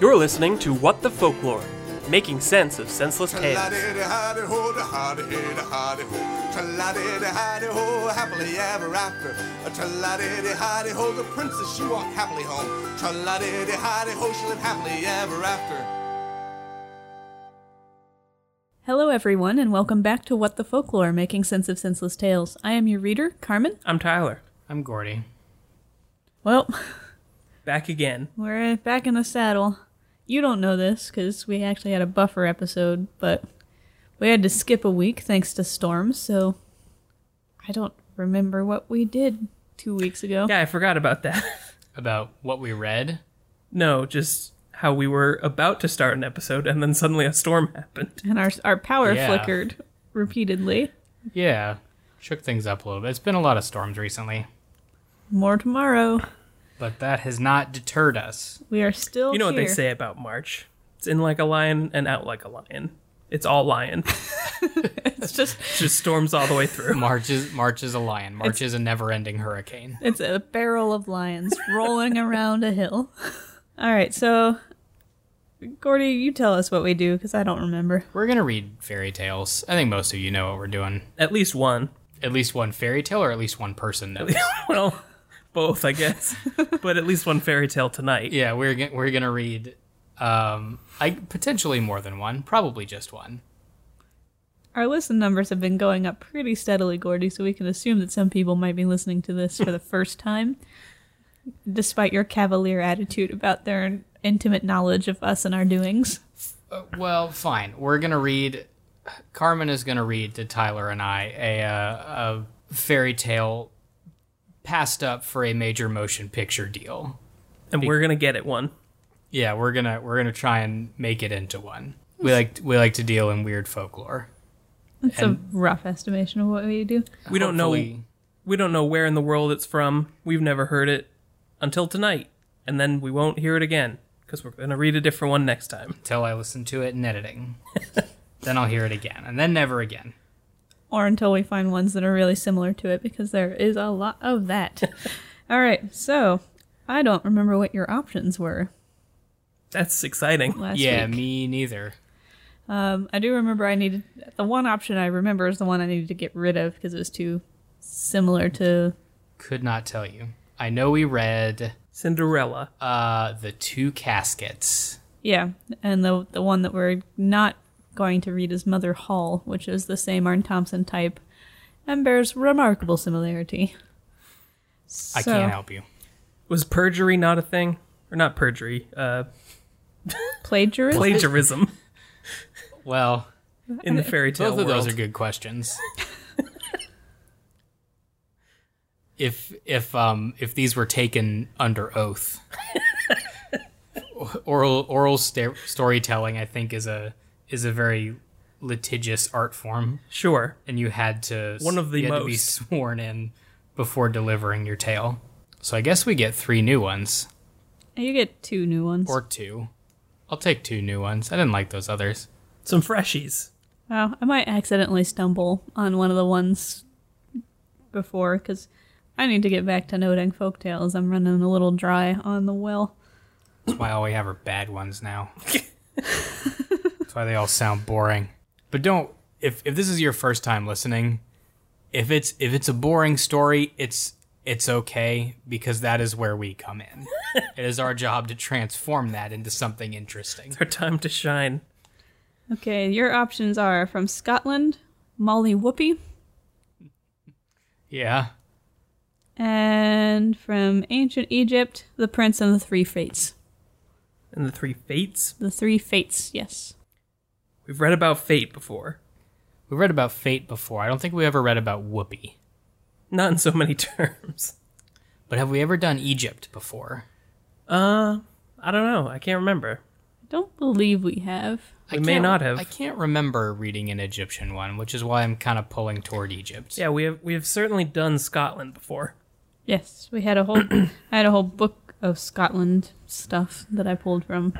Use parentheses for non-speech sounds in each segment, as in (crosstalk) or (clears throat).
You're listening to What the Folklore, making sense of senseless tales. Tla-di-di-hi-di-ho, da-ha-di-hi-di-hi-di-ho. Tla-di-di-hi-di-ho, happily ever after. Tla-di-di-hi-di-ho, the princess she walked happily home. Tla-di-di-hi-di-ho, she lived happily ever after. Hello, everyone, and welcome back to What the Folklore Making Sense of Senseless Tales. I am your reader, Carmen. I'm Tyler, I'm Gordy. Well, back again. we're back in the saddle. You don't know this because we actually had a buffer episode, but we had to skip a week thanks to storms, so I don't remember what we did two weeks ago. Yeah, I forgot about that. (laughs) About what we read. No, just how we were about to start an episode and then suddenly a storm happened. And our, our power Yeah. flickered repeatedly. Yeah. Shook things up a little bit. It's been a lot of storms recently, More tomorrow. but that has not deterred us. We are still You know what they here. say about March it's in like a lion and out like a lion. It's all lion. It's just It just storms all the way (laughs) through. March is March is a lion. March is a never-ending hurricane. It's a barrel of lions rolling around a hill. (laughs) All right, so Gordy, you tell us what we do because I don't remember. We're gonna read fairy tales. I think most of you know what we're doing. At least one. (laughs) At least one fairy tale, or at least one person knows. well, both, I guess. But at least one fairy tale tonight. yeah, we're gonna, we're gonna read, um, I potentially more than one, probably just one. Our listen numbers have been going up pretty steadily, Gordy, so we can assume that some people might be listening to this for the first time, despite your cavalier attitude about their intimate knowledge of us and our doings. Uh, well, fine. We're gonna read. Carmen is gonna read to Tyler and I a, uh, a fairy tale passed up for a major motion picture deal. And we're going to get it one. Yeah, we're gonna we're gonna try and make it into one. We like we like to deal in weird folklore. It's a rough estimation of what we do. We don't know Hopefully- we don't know where in the world it's from. We've never heard it until tonight, and then we won't hear it again because we're going to read a different one next time. until I listen to it in editing. then I'll hear it again, and then never again. or until we find ones that are really similar to it because there is a lot of that. All right, so I don't remember what your options were That's exciting. last yeah, week. me neither. Um, I do remember I needed the one option I remember is the one I needed to get rid of because it was too similar to Could not tell you. I know we read Cinderella. uh, the two caskets. yeah, and the the one that we're not going to read is Mother Hall, which is the same Arn Thompson type and bears remarkable similarity. I So- can't help you. Was perjury not a thing? Or not perjury, (laughs) uh, Plagiarism. plagiarism Well, in the fairy tale Both of world. those are good questions. (laughs) if if um if these were taken under oath, (laughs) oral oral sta- storytelling, I think is a is a very litigious art form, Sure. and you had to Mm-hmm. One of the you had to be most. sworn in before delivering your tale. So I guess we get three new ones you get two new ones. or two. I'll take two new ones. I didn't like those others. Some freshies. Wow, I might accidentally stumble on one of the ones before because I need to get back to noting folktales. I'm running a little dry on the well. That's why all we have are bad (laughs) ones now. That's why they all sound boring. But don't if if this is your first time listening, if it's if it's a boring story, it's it's okay because that is where we come in. it is our job to transform that into something interesting. Our time to shine. Okay, your options are from Scotland, Molly Whoopie, Yeah. and from ancient Egypt, The Prince and the Three Fates. And the three fates. The Three Fates, yes. We've read about fate before. We read about fate before. I don't think we ever read about Whoopi. Not in so many (laughs) terms. But have we ever done Egypt before? Uh, I don't know. I can't remember. I don't believe we have. We may can't- not have. I can't remember reading an Egyptian one, which is why I'm kind of pulling toward Egypt. Yeah, we have we have certainly done Scotland before. Yes, we had a whole (coughs) I had a whole book of Scotland stuff that I pulled from.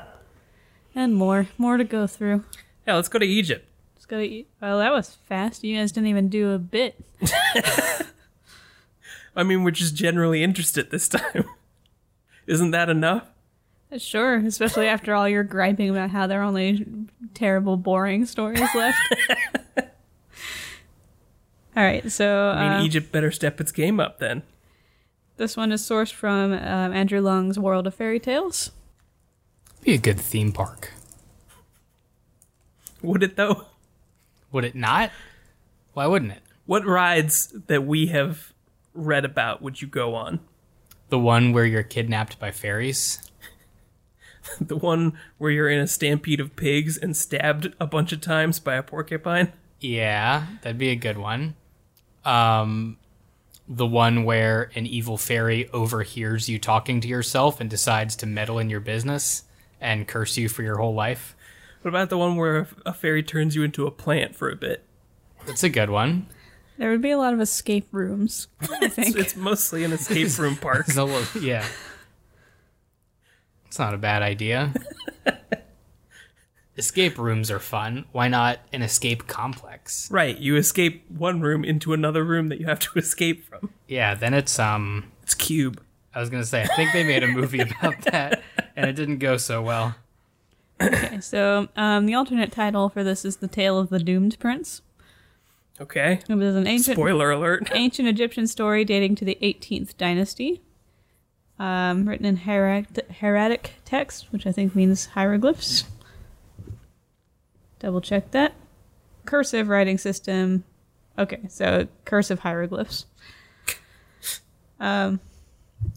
And more, more to go through. Yeah, let's go to Egypt. Let's go to eat. Well, that was fast. You guys didn't even do a bit. (laughs) I mean, we're just generally interested this time. Isn't that enough? Sure, especially after all your griping about how there are only terrible, boring stories (laughs) left. all right, so I mean, e- uh, Egypt better step its game up then. this one is sourced from um, Andrew Long's World of Fairy Tales. Be a good theme park. Would it though? Would it not? Why wouldn't it? What rides that we have read about would you go on? (laughs) The one where you're kidnapped by fairies? The one where you're in a stampede of pigs and stabbed a bunch of times by a porcupine? Yeah, that'd be a good one. Um, the one where an evil fairy overhears you talking to yourself and decides to meddle in your business and curse you for your whole life. What about the one where a fairy turns you into a plant for a bit? That's a good one. (laughs) There would be a lot of escape (laughs) rooms, I think. It's mostly (laughs) an escape room park. It's a little- yeah. It's not a bad (laughs) idea. escape rooms are fun. Why not an escape complex? Right, you escape one room into another room that you have to (laughs) escape from. Yeah, then it's um It's cube. I was going to say I think they made a movie about that and it didn't go so well. Okay, so um, the alternate title for this is The Tale of the Doomed Prince. Okay. It was an ancient Spoiler alert. ancient Egyptian story dating to the 18th dynasty, um, written in hieratic, hieratic text, which I think means hieroglyphs. Double check that. Cursive writing system. Okay, so cursive hieroglyphs. Um,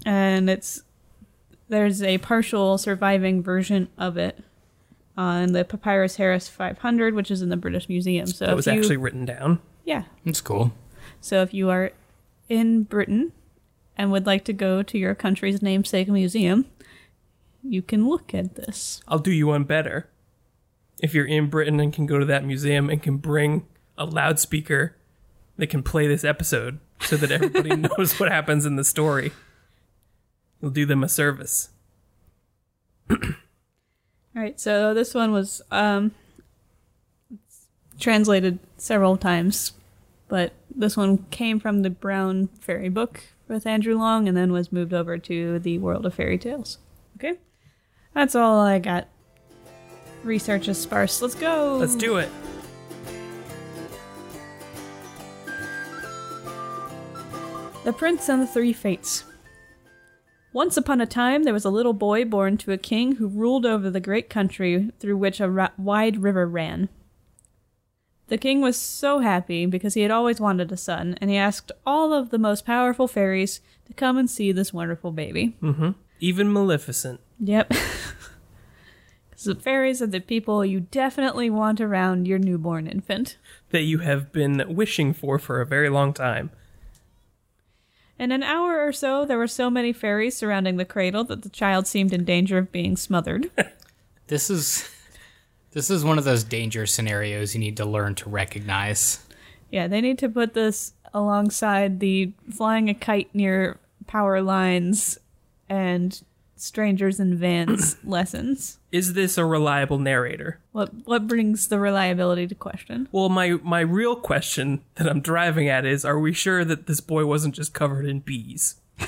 and it's there's a partial surviving version of it on the Papyrus Harris 500, which is in the British Museum. So That if was you- actually written down. yeah, It's cool. so if you are in Britain and would like to go to your country's namesake museum, you can look at this. I'll do you one better. If you're in Britain and can go to that museum and can bring a loudspeaker that can play this episode so that everybody knows what happens in the story, you'll do them a service. All right, so this one was um, translated several times, but this one came from the Brown Fairy Book with Andrew Long and then was moved over to the World of Fairy Tales. Okay? That's all I got. Research is sparse. Let's go! Let's do it. The Prince and the Three Fates. Once upon a time, there was a little boy born to a king who ruled over the great country through which a ra- wide river ran. The king was so happy because he had always wanted a son, and he asked all of the most powerful fairies to come and see this wonderful baby. Even Maleficent. Yep. (laughs) 'Cause the fairies are the people you definitely want around your newborn infant. that you have been wishing for for a very long time. In an hour or so, there were so many fairies surrounding the cradle that the child seemed in danger of being smothered. This is this is one of those danger scenarios you need to learn to recognize. Yeah, they need to put this alongside the flying a kite near power lines and strangers in vans lessons. Is this a reliable narrator? What what brings the reliability to question? Well, my my real question that I'm driving at is are we sure that this boy wasn't just covered in bees? (laughs)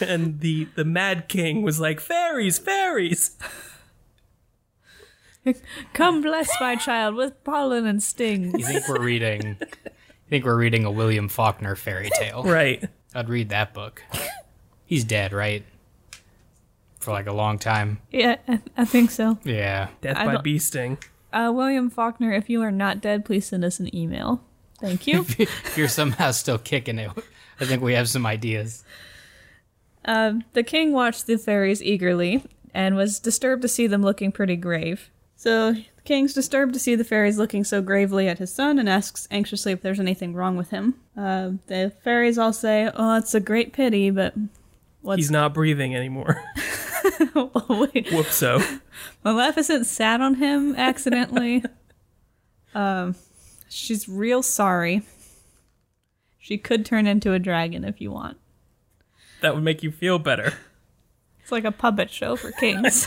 and the the mad king was like fairies, fairies. Come bless my child with pollen and sting. You think we're reading you think we're reading a William Faulkner fairy tale. Right. I'd read that book. He's dead, right? For like a long time. Yeah, I, I think so. Yeah. (laughs) Death I by don't- bee sting. Uh, William Faulkner, if you are not dead, please send us an email. Thank you. If you're somehow still kicking it, I think we have some ideas. The king watched the fairies eagerly and was disturbed to see them looking pretty grave. So the king's disturbed to see the fairies looking so gravely at his son and asks anxiously if there's anything wrong with him. Uh, the fairies all say, "Oh, it's a great pity, but (laughs) He's not breathing anymore. (laughs) wait, Whoopso. Maleficent sat on him accidentally. um, she's real sorry. She could turn into a dragon if you want. That would make you feel better. It's like a puppet show for kings.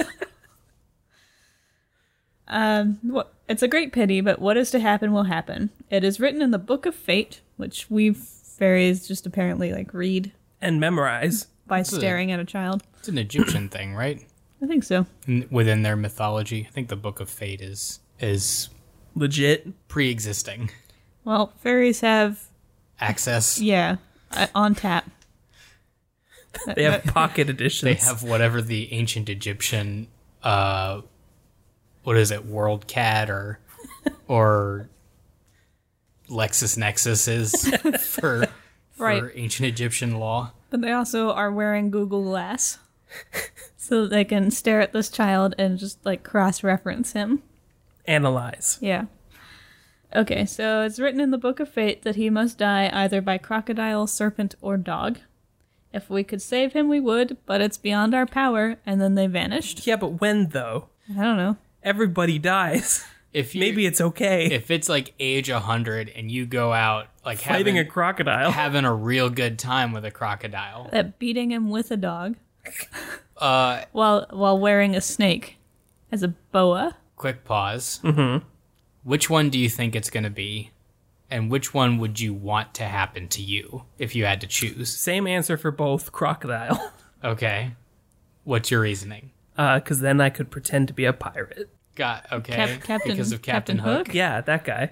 um, what, it's a great pity, but what is to happen will happen. It is written in the Book of Fate, which we fairies just apparently like read. And memorize. by a- staring at a child. It's an Egyptian thing, right? I think so. In, within their mythology, I think the Book of Fate is is Legit. pre-existing Well, fairies have access. yeah uh, on tap. They have pocket editions. They have whatever the ancient Egyptian, uh, what is it, World Cat or or LexisNexis is for Right. for ancient Egyptian law. But they also are wearing Google Glass. so that they can stare at this child and just like cross reference him. analyze. Yeah. Okay, so it's written in the Book of Fate that he must die either by crocodile, serpent, or dog. If we could save him, we would, but it's beyond our power. And then they vanished. Yeah, but when though? I don't know. Everybody dies. (laughs) If you, Maybe it's okay. if it's like age hundred and you go out like Fighting having a crocodile. having a real good time with a crocodile, That beating him with a dog (laughs) uh, while while wearing a snake as a boa. quick pause. Mm-hmm. Which one do you think it's going to be? And which one would you want to happen to you if you had to choose? Same answer for both crocodile. Okay. What's your reasoning? Because Uh, then I could pretend to be a pirate. Got okay. Cap- Captain- because of Captain, Captain Hook? Hook. Yeah, that guy.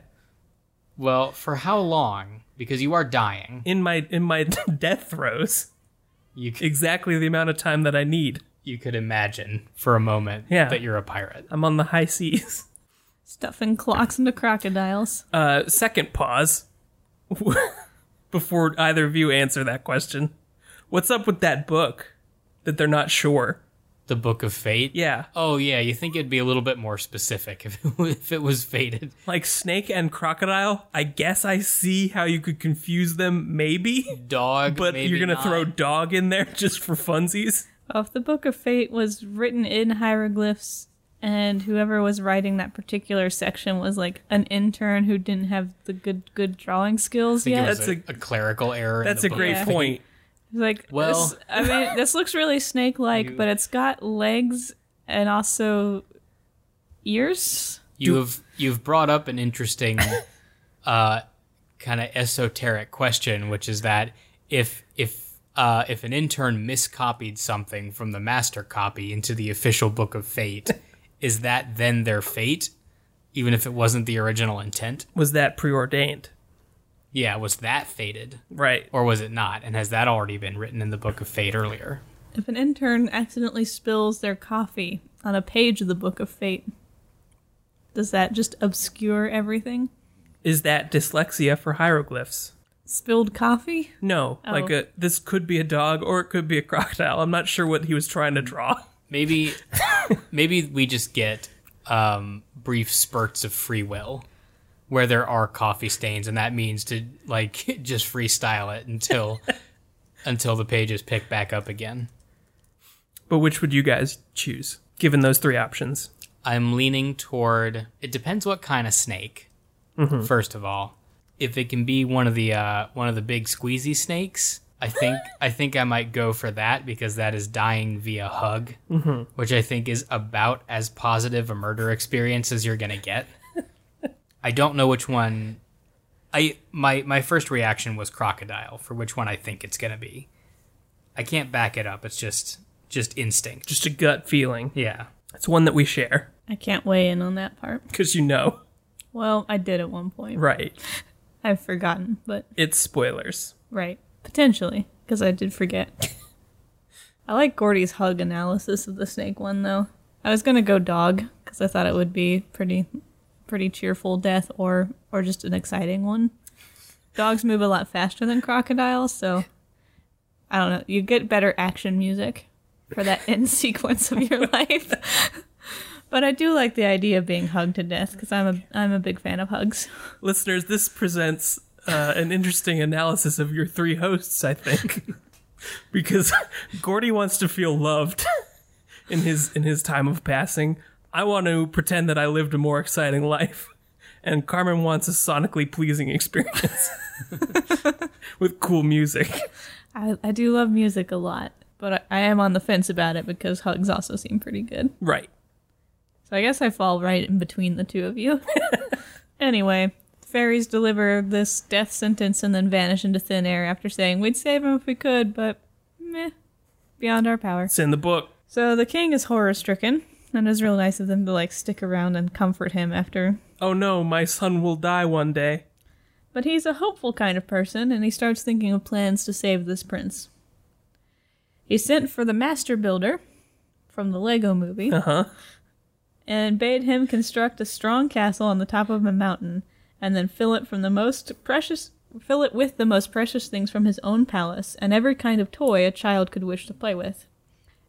Well, for how long? Because you are dying. In my in my (laughs) death throes, You c- exactly the amount of time that I need. you could imagine for a moment Yeah. that you're a pirate. I'm on the high seas. Stuffing clocks into crocodiles. Uh, second pause (laughs) before either of you answer that question. What's up with that book that they're not sure? The Book of Fate. Yeah, Oh yeah, you think it'd be a little bit more specific (laughs) if it, wa- if it was fated. like snake and crocodile. I guess I see how you could confuse them, (laughs) maybe. Dog, But maybe you're gonna not. throw dog in there (laughs) just for funsies. Well, if the Book of Fate was written in hieroglyphs, and whoever was writing that particular section was like an intern who didn't have the good good drawing skills think it yet. was That's a, a- a clerical error. in That's the a Book great of Fate. point. It's like, Well- this, I (laughs) mean, this looks really snake-like, You- but it's got legs and also ears. you have you've brought up an interesting uh, kind of esoteric question, which is that if if uh, if an intern miscopied something from the master copy into the official book of fate, is that then their fate, even if it wasn't the original intent? Was that preordained? Yeah, was that fated Right. or was it not? And has that already been written in the book of fate earlier? If an intern accidentally spills their coffee on a page of the Book of Fate, does that just obscure everything? Is that dyslexia for hieroglyphs? Spilled coffee? No, like a this could be a dog or it could be a crocodile. I'm not sure what he was trying to draw. Maybe (laughs) maybe we just get um, brief spurts of free will where there are coffee stains and that means to like (laughs) just freestyle it until (laughs) until the pages pick back up again. But which would you guys choose given those three options? I'm leaning toward it depends what kind of snake. First of all, if it can be one of the uh, one of the big squeezy snakes, I think I think I might go for that because that is dying via hug, which I think is about as positive a murder experience as you're gonna get. I don't know which one. I my my first reaction was crocodile for which one I think it's gonna be. I can't back it up. It's just just instinct. Just a gut feeling. Yeah. It's one that we share I can't weigh in on that part. because you know. Well, I did at one point. Right. I've forgotten, but It's spoilers. right. Potentially, because I did forget. I like Gordy's hug analysis of the snake one, though. I was going to go dog, because I thought it would be pretty pretty cheerful death or or just an exciting one. Dogs move a lot faster than crocodiles, so I don't know. You get better action music for that end (laughs) sequence of your life. (laughs) but I do like the idea of being hugged to death because I'm a I'm a big fan of hugs. Listeners, this presents uh, an interesting analysis of your three hosts, I think. (laughs) because Gordy wants to feel loved in his in his time of passing. I want to pretend that I lived a more exciting life. And Carmen wants a sonically pleasing experience (laughs) with cool music. I, I do love music a lot, but I, I am on the fence about it because hugs also seem pretty good. Right. So I guess I fall right in between the two of you. (laughs) anyway, fairies deliver this death sentence and then vanish into thin air after saying, We'd save him if we could, but meh. beyond our power. It's in the book. So the king is horror stricken, and it's real nice of them to like stick around and comfort him after. Oh no, my son will die one day. But he's a hopeful kind of person, and he starts thinking of plans to save this prince. He sent for the master builder from the Lego movie and bade him construct a strong castle on the top of a mountain and then fill it from the most precious fill it with the most precious things from his own palace and every kind of toy a child could wish to play with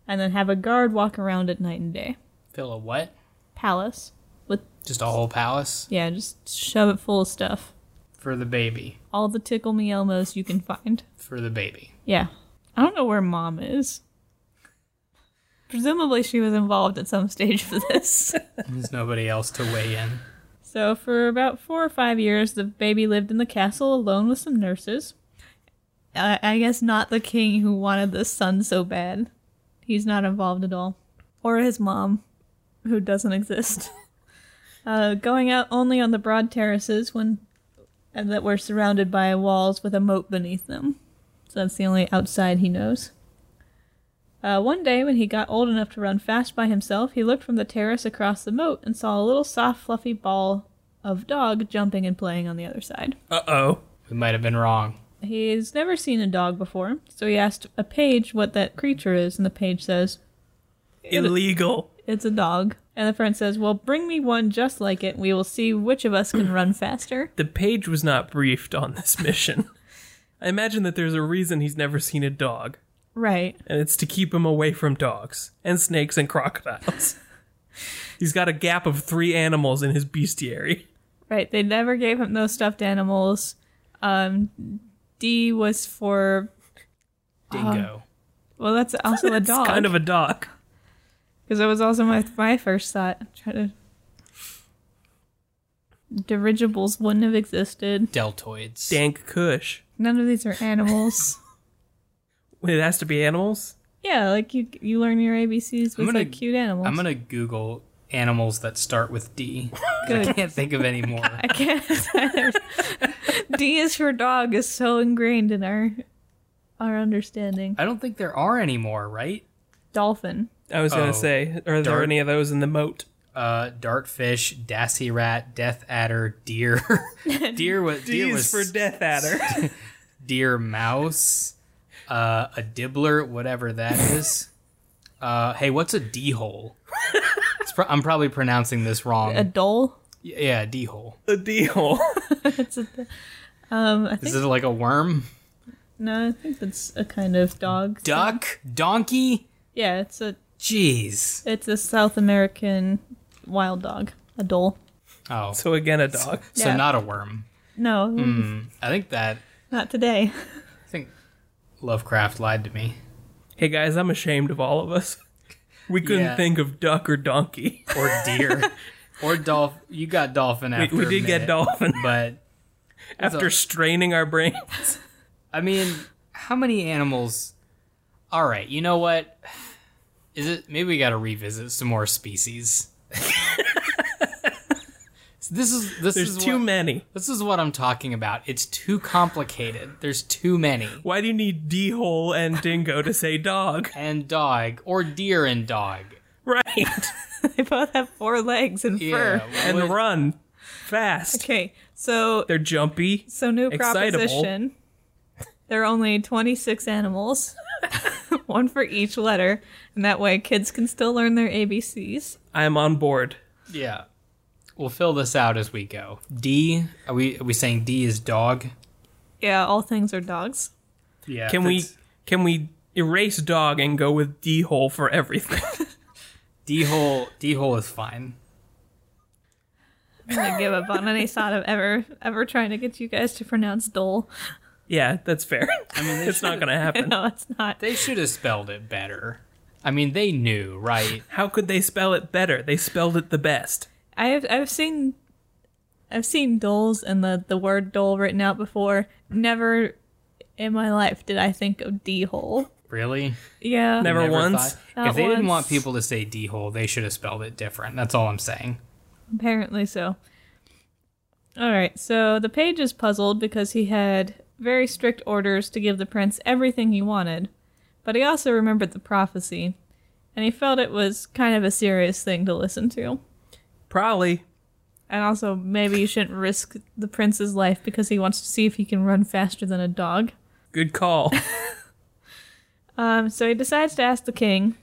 and then have a guard walk around at night and day Fill a what? palace with Just a whole palace yeah just shove it full of stuff for the baby. all the tickle me elmos you can find For the baby. yeah i don't know where mom is presumably she was involved at some stage for this There's nobody else to weigh in. So, for about four or five years, the baby lived in the castle alone with some nurses. I, I guess not the king who wanted the son so bad. He's not involved at all. Or his mom, who doesn't exist. (laughs) uh, going out only on the broad terraces when and that were surrounded by walls with a moat beneath them. So that's the only outside he knows. Uh, one day, when he got old enough to run fast by himself, he looked from the terrace across the moat and saw a little soft, fluffy ball of dog jumping and playing on the other side. Uh oh. We might have been wrong. He's never seen a dog before, so he asked a page what that creature is, and the page says, Illegal. It's a dog. And the friend says, Well, bring me one just like it. We will see which of us (laughs) can run faster. The page was not briefed on this (laughs) mission. I imagine that there's a reason he's never seen a dog, Right. and it's to keep him away from dogs and snakes and crocodiles. he's got a gap of three animals in his bestiary. Right. They never gave him those stuffed animals. Um, D was for, Uh-huh. Dingo. well, that's also a (laughs) dog. It's kind of a dog. Because that was also my my first thought. Try to dirigibles wouldn't have existed. Deltoids. Dank Kush. None of these are animals. It has to be animals? (laughs) yeah, like you you learn your ABCs with gonna- like cute animals. I'm gonna Google animals that start with (laughs) D. 'cause I Good. can't think of (laughs) any more. I can't. (laughs) either. D is for dog is so ingrained in our our understanding. I don't think there are any more, right? Dolphin. I was Oh. gonna say, are there Dart. any of those in the moat? Uh, dartfish, dassy rat, death adder, deer, (laughs) (laughs) deer was deer was Death Adder. (laughs) deer mouse, uh, a dibbler, (laughs) whatever that is. Uh, hey, what's a d hole? It's pro- I'm probably pronouncing this wrong. A (laughs) dole. Y- yeah, d hole. a deal. It's a, um, I Is think it like a worm? no, I think that's a kind of dog. Duck, donkey. Yeah, it's a Jeez. it's a South American wild dog. A dole. Oh, so so again, a dog. Yeah. not a worm. No, I think that not today. (laughs) I think Lovecraft lied to me. Hey guys, I'm ashamed of all of us. We couldn't Yeah. think of duck or donkey. Or deer. (laughs) or dolphin. You got dolphin We, after we a did get minute, dolphin But, after straining our (laughs) brain. I mean, how many animals? All right, you know what? Is it maybe we got to revisit some more species? (laughs) So this is this There's is too what, many. This is what I'm talking about. It's too complicated. There's too many. Why do you need D hole and dingo to say dog? (laughs) And dog or deer and dog. Right. They both have four legs and Yeah. fur. and what- run fast. Okay, so They're jumpy. so new excitable. proposition. There are only twenty six animals, (laughs) one for each letter, and that way kids can still learn their ABCs. I'm on board. yeah. We'll fill this out as we go. D. Are we are we saying D is dog? Yeah, all things are dogs. Yeah. Can we can we erase dog and go with D hole for (laughs) everything? D hole. D hole is fine. I'm gonna give up on any thought of ever ever trying to get you guys to pronounce dole. (laughs) yeah, that's fair. I mean, it's not gonna (laughs) happen. No, it's not. They should have spelled it better. I mean, they knew, right? How could they spell it better? They spelled it the best. I have I've seen I've seen doles and the, the word dole written out before. Never in my life did I think of D hole. Really? Yeah. Never once. thought- Not if they didn't once. want people to say D hole, they should have spelled it different. That's all I'm saying. Apparently so. All right, so the page is puzzled because he had very strict orders to give the prince everything he wanted, But he also remembered the prophecy, and he felt it was kind of a serious thing to listen to. Probably. And also, maybe you shouldn't risk the prince's life because he wants to see if he can run faster than a dog. Good (laughs) call. Um, so he decides to ask the king,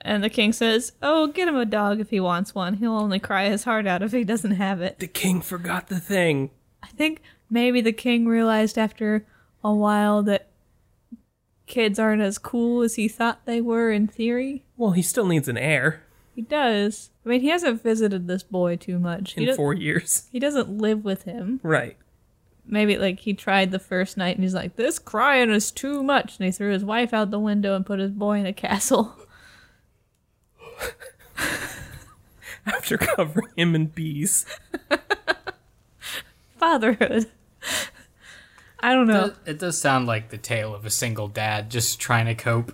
and the king says, "Oh, get him a dog if he wants one. He'll only cry his heart out if he doesn't have it." the king forgot the thing. I think maybe the king realized after a while that kids aren't as cool as he thought they were in theory. Well, he still needs an heir He does. I mean, he hasn't visited this boy too much. He, in does, four years. (laughs) he doesn't live with him. Right. Maybe like he tried the first night and he's like, "This crying is too much," and he threw his wife out the window and put his boy in a castle. (laughs) After covering him in bees. Fatherhood. (laughs) I don't know. It does sound like the tale of a single dad just trying to cope.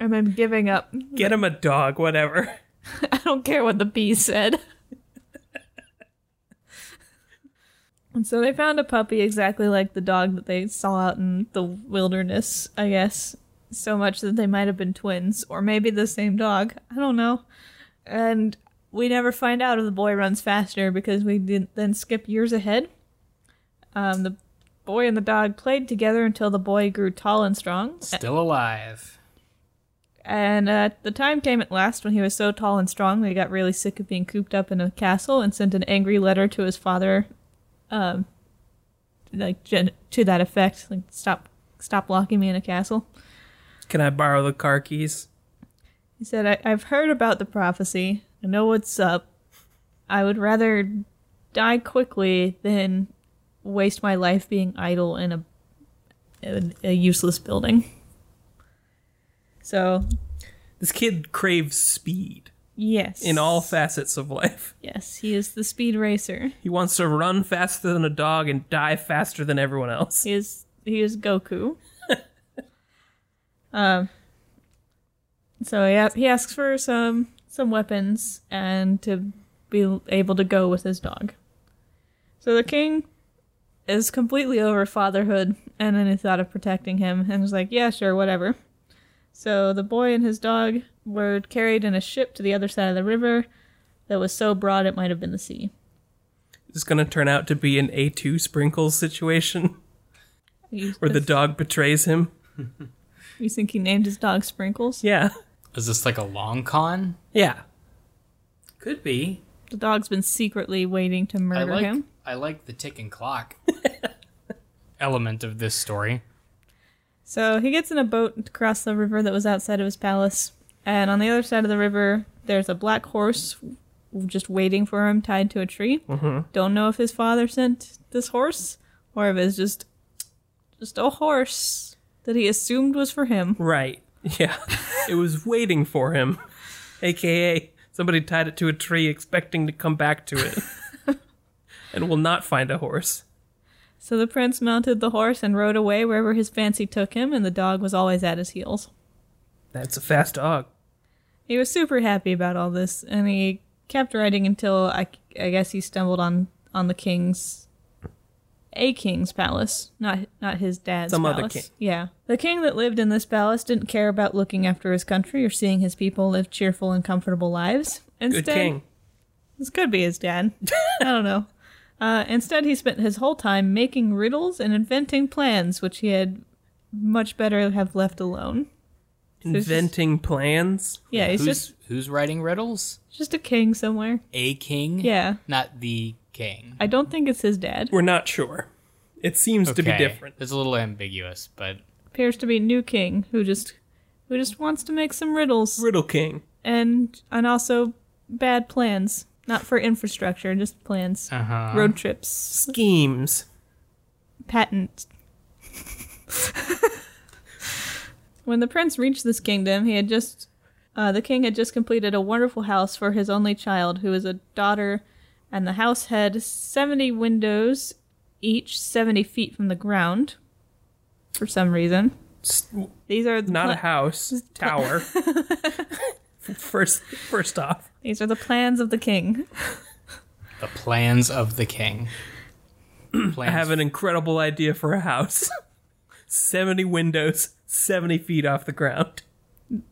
And then giving up. Get him a dog, whatever. (laughs) I don't care what the bee said. and (laughs) so they found a puppy exactly like the dog that they saw out in the wilderness, I guess. So much that they might have been twins, or maybe the same dog. I don't know. And we never find out if the boy runs faster because we didn't then skip years ahead. Um, the boy and the dog played together until the boy grew tall and strong. Still alive. And uh, the time came at last when he was so tall and strong that he got really sick of being cooped up in a castle and sent an angry letter to his father, um, like gen- to that effect, like stop, stop locking me in a castle. Can I borrow the car keys? He said, I- "I've heard about the prophecy. I know what's up. I would rather die quickly than waste my life being idle in a in a useless building." So This kid craves speed yes, in all facets of life. Yes, he is the speed racer. He wants to run faster than a dog and die faster than everyone else. He is he is Goku. um, so he as- he asks for some some weapons and to be able to go with his dog. So the king is completely over fatherhood and any thought of protecting him, and is like, yeah, sure, whatever. So the boy and his dog were carried in a ship to the other side of the river that was so broad it might have been the sea. It's going to turn out to be an A2 sprinkles situation You, where the dog betrays him. you think he named his dog Sprinkles? Yeah. Is this like a long con? Yeah. Could be. The dog's been secretly waiting to murder I like, him. I like the ticking clock (laughs) element of this story. So he gets in a boat to cross the river that was outside of his palace. And on the other side of the river, there's a black horse w- just waiting for him tied to a tree. Mm-hmm. Don't know if his father sent this horse or if it's just just a horse that he assumed was for him. Right. Yeah. it was waiting for him. AKA, somebody tied it to a tree expecting to come back to it. (laughs) and will not find a horse. So the prince mounted the horse and rode away wherever his fancy took him, and the dog was always at his heels. That's a fast dog. He was super happy about all this, and he kept writing until I, I guess he stumbled on on the king's a king's palace, not not his dad's. Some other palace. king. Yeah, the king that lived in this palace didn't care about looking after his country or seeing his people live cheerful and comfortable lives. Good Instead, king. this could be his dad. I (laughs) don't know. Uh, instead, he spent his whole time making riddles and inventing plans, which he had much better have left alone. just- Inventing plans. Yeah, he's who's, just who's writing riddles? just a king somewhere. A king? Yeah. Not the king. I don't think it's his dad. We're not sure. It seems to be Okay. different. It's a little ambiguous, but Appears to be new king who just who just wants to make some riddles Riddle King. and and also bad plans. Not for infrastructure, just plans. uh-huh. Road trips, Schemes. patent. (laughs) when the prince reached this kingdom, he had just uh, the king had just completed a wonderful house for his only child, who was a daughter, and the house had seventy windows, each seventy feet from the ground. For some reason, S- these are the Not pla- a house. Tower. first first off. These are the plans of the king. (laughs) (clears throat) The plans of the king. plans I have an incredible idea for a house. (laughs) 70 windows, 70 feet off the ground.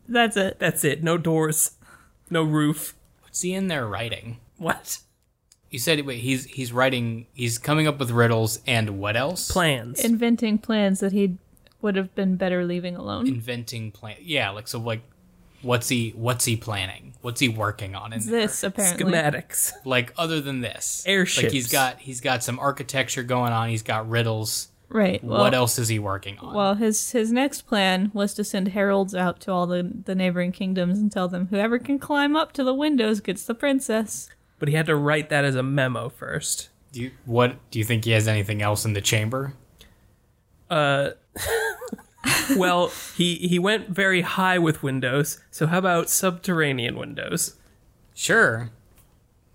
That's it. That's it. No doors, no roof. What's he in there writing? What? You said wait, he's he's writing. He's coming up with riddles and what else? Plans. Inventing plans that he would have been better leaving alone. Inventing plan. Yeah, like so. Like, what's he what's he planning? What's he working on in there? this apparently. Schematics. Like other than this, Like Airships. he's got he's got some architecture going on. He's got riddles. Right. Well, what else is he working on? Well, his his next plan was to send heralds out to all the, the neighboring kingdoms and tell them whoever can climb up to the windows gets the princess. But he had to write that as a memo first. do you, what do you think he has anything else in the chamber? Well, he, he went very high with windows, so how about subterranean windows? Sure.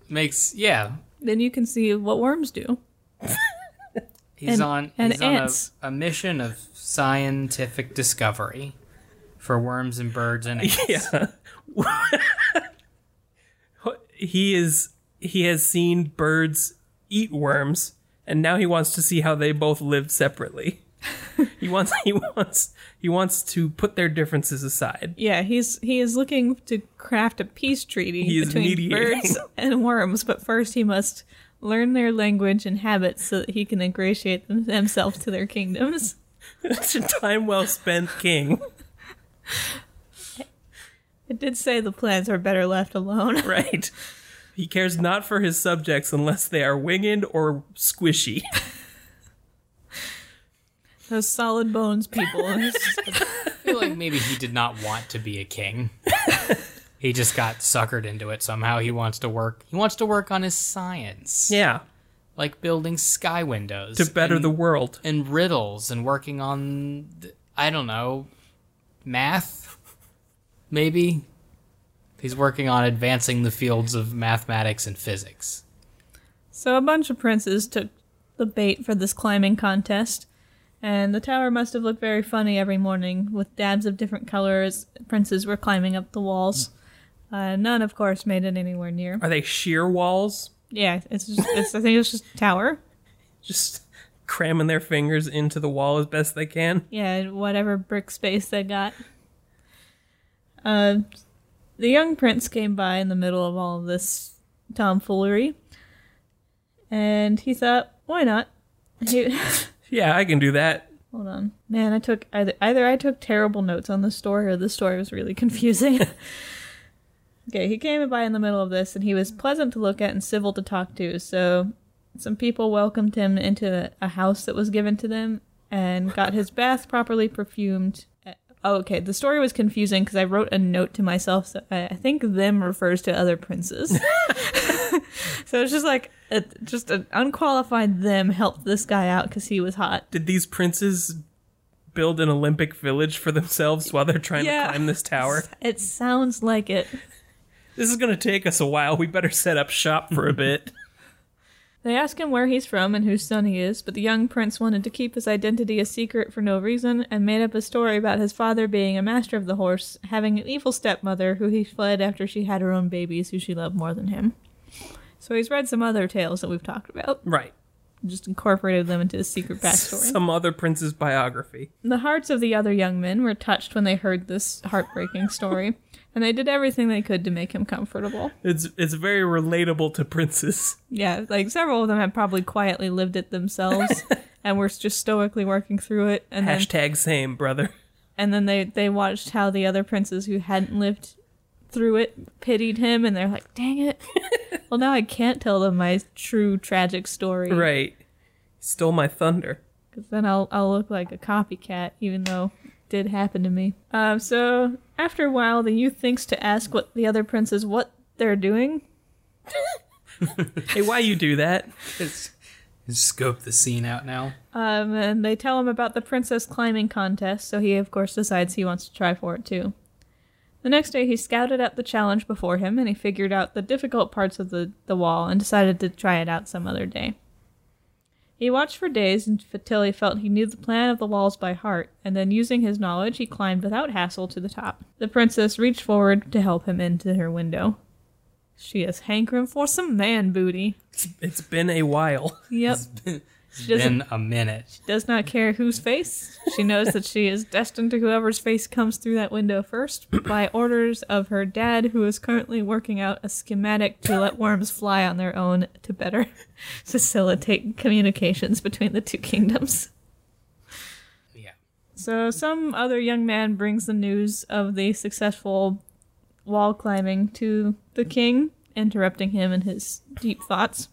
Makes yeah. Then you can see what worms do. He's And- on and he's on a, ants. a mission of scientific discovery for worms and birds (laughs) and ants. Yeah. he is he has seen birds eat worms and now he wants to see how they both lived separately. (laughs) he wants he wants he wants to put their differences aside. (laughs) Yeah, he's he is looking to craft a peace treaty He is between mediating. (laughs) birds and worms, but first he must learn their language and habits so that he can ingratiate them, himself to their kingdoms. It's a time well spent king, It did say the plans are better left alone. (laughs) right? He cares not for his subjects unless they are winged or squishy. Those solid bones people. I feel like maybe he did not want to be (laughs) a king. he just got suckered into it somehow. He wants to work. He wants to work on his science, Yeah, like building sky windows to better and, the world. and riddles and working on th- I don't know math. Maybe he's working on advancing the fields of mathematics and physics. So a bunch of princes took the bait for this climbing contest, and the tower must have looked very funny every morning with dabs of different colors. Princes were climbing up the walls. Uh, none, of course, made it anywhere near. Are they sheer walls? Yeah, it's just, it's, I think it's just tower. Just cramming their fingers into the wall as best they can. Yeah, and whatever brick space they got. Uh, the young prince came by in the middle of all of this tomfoolery, and he thought, why not? He, (laughs) Yeah, I can do that. Hold on. Man, I took either either I took terrible notes on the story or the story was really (laughs) confusing. okay, he came by in the middle of this and he was pleasant to look at and civil to talk to. So some people welcomed him into a house that was given to them and got his bath properly perfumed. Uh, Oh, okay. The story was confusing because I wrote a note to myself. So I, I think them refers to other princes. (laughs) so it's just like, a, just an unqualified them helped this guy out because he was hot. Did these princes build an Olympic village for themselves while they're trying Yeah. to climb this (laughs) tower? It sounds like it. This is going to take us a while. We better set up shop for a bit. They ask him where he's from and whose son he is, but the young prince wanted to keep his identity a secret for no reason and made up a story about his father being a master of the horse, having an evil stepmother who he fled after she had her own babies who she loved more than him. So he's read some other tales that we've talked about, (laughs) right. and just incorporated them into his secret (laughs) backstory. Some other prince's biography. The hearts of the other young men were touched when they heard this heartbreaking story, and they did everything they could to make him comfortable. It's it's very relatable to princes. Yeah, like several of them had probably quietly lived it themselves and were just stoically working through it. And then, Hashtag same, brother. and then they, they watched how the other princes who hadn't lived through it pitied him and they're like, dang it. well, now I can't tell them my true tragic story. (laughs) Right. Stole my thunder. Because then I'll, I'll look like a copycat, even though it did happen to me. Um, so after a while, the youth thinks to ask what the other princes what they're doing. Hey, why you do that? Just scope the scene out now. Um, and they tell him about the princess climbing contest, so he, of course, decides he wants to try for it too. The next day, he scouted out the challenge before him and he figured out the difficult parts of the, the wall and decided to try it out some other day. He watched for days until he felt he knew the plan of the walls by heart, and then using his knowledge, he climbed without hassle to the top. The princess reached forward to help him into her window. She is hankering for some man booty. It's been a while. Yep. She doesn't in a minute. does not care whose face. She knows that she is destined to whoever's face comes through that window first (clears throat) by orders of her dad, who is currently working out a schematic to let worms fly on their own to better (laughs) facilitate communications between the two kingdoms. Yeah. So, some other young man brings the news of the successful wall climbing to the king, interrupting him in his deep thoughts.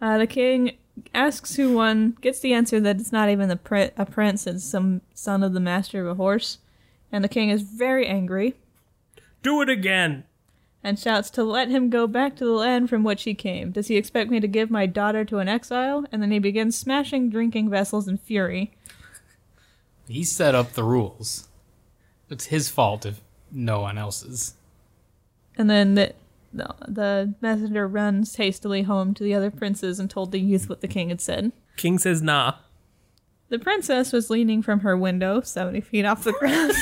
Uh, the king asks who won, gets the answer that it's not even the pri- a prince, it's some son of the master of a horse. And the king is very angry (laughs) Do it again. and shouts to let him go back to the land from which he came. Does he expect me to give my daughter to an exile? And then he begins smashing drinking vessels in fury. He set up the rules. It's his fault if no one else's. And then the, the, the messenger runs hastily home to the other princes and told the youth what the king had said. King says nah. The princess was leaning from her window, 70 feet off the ground,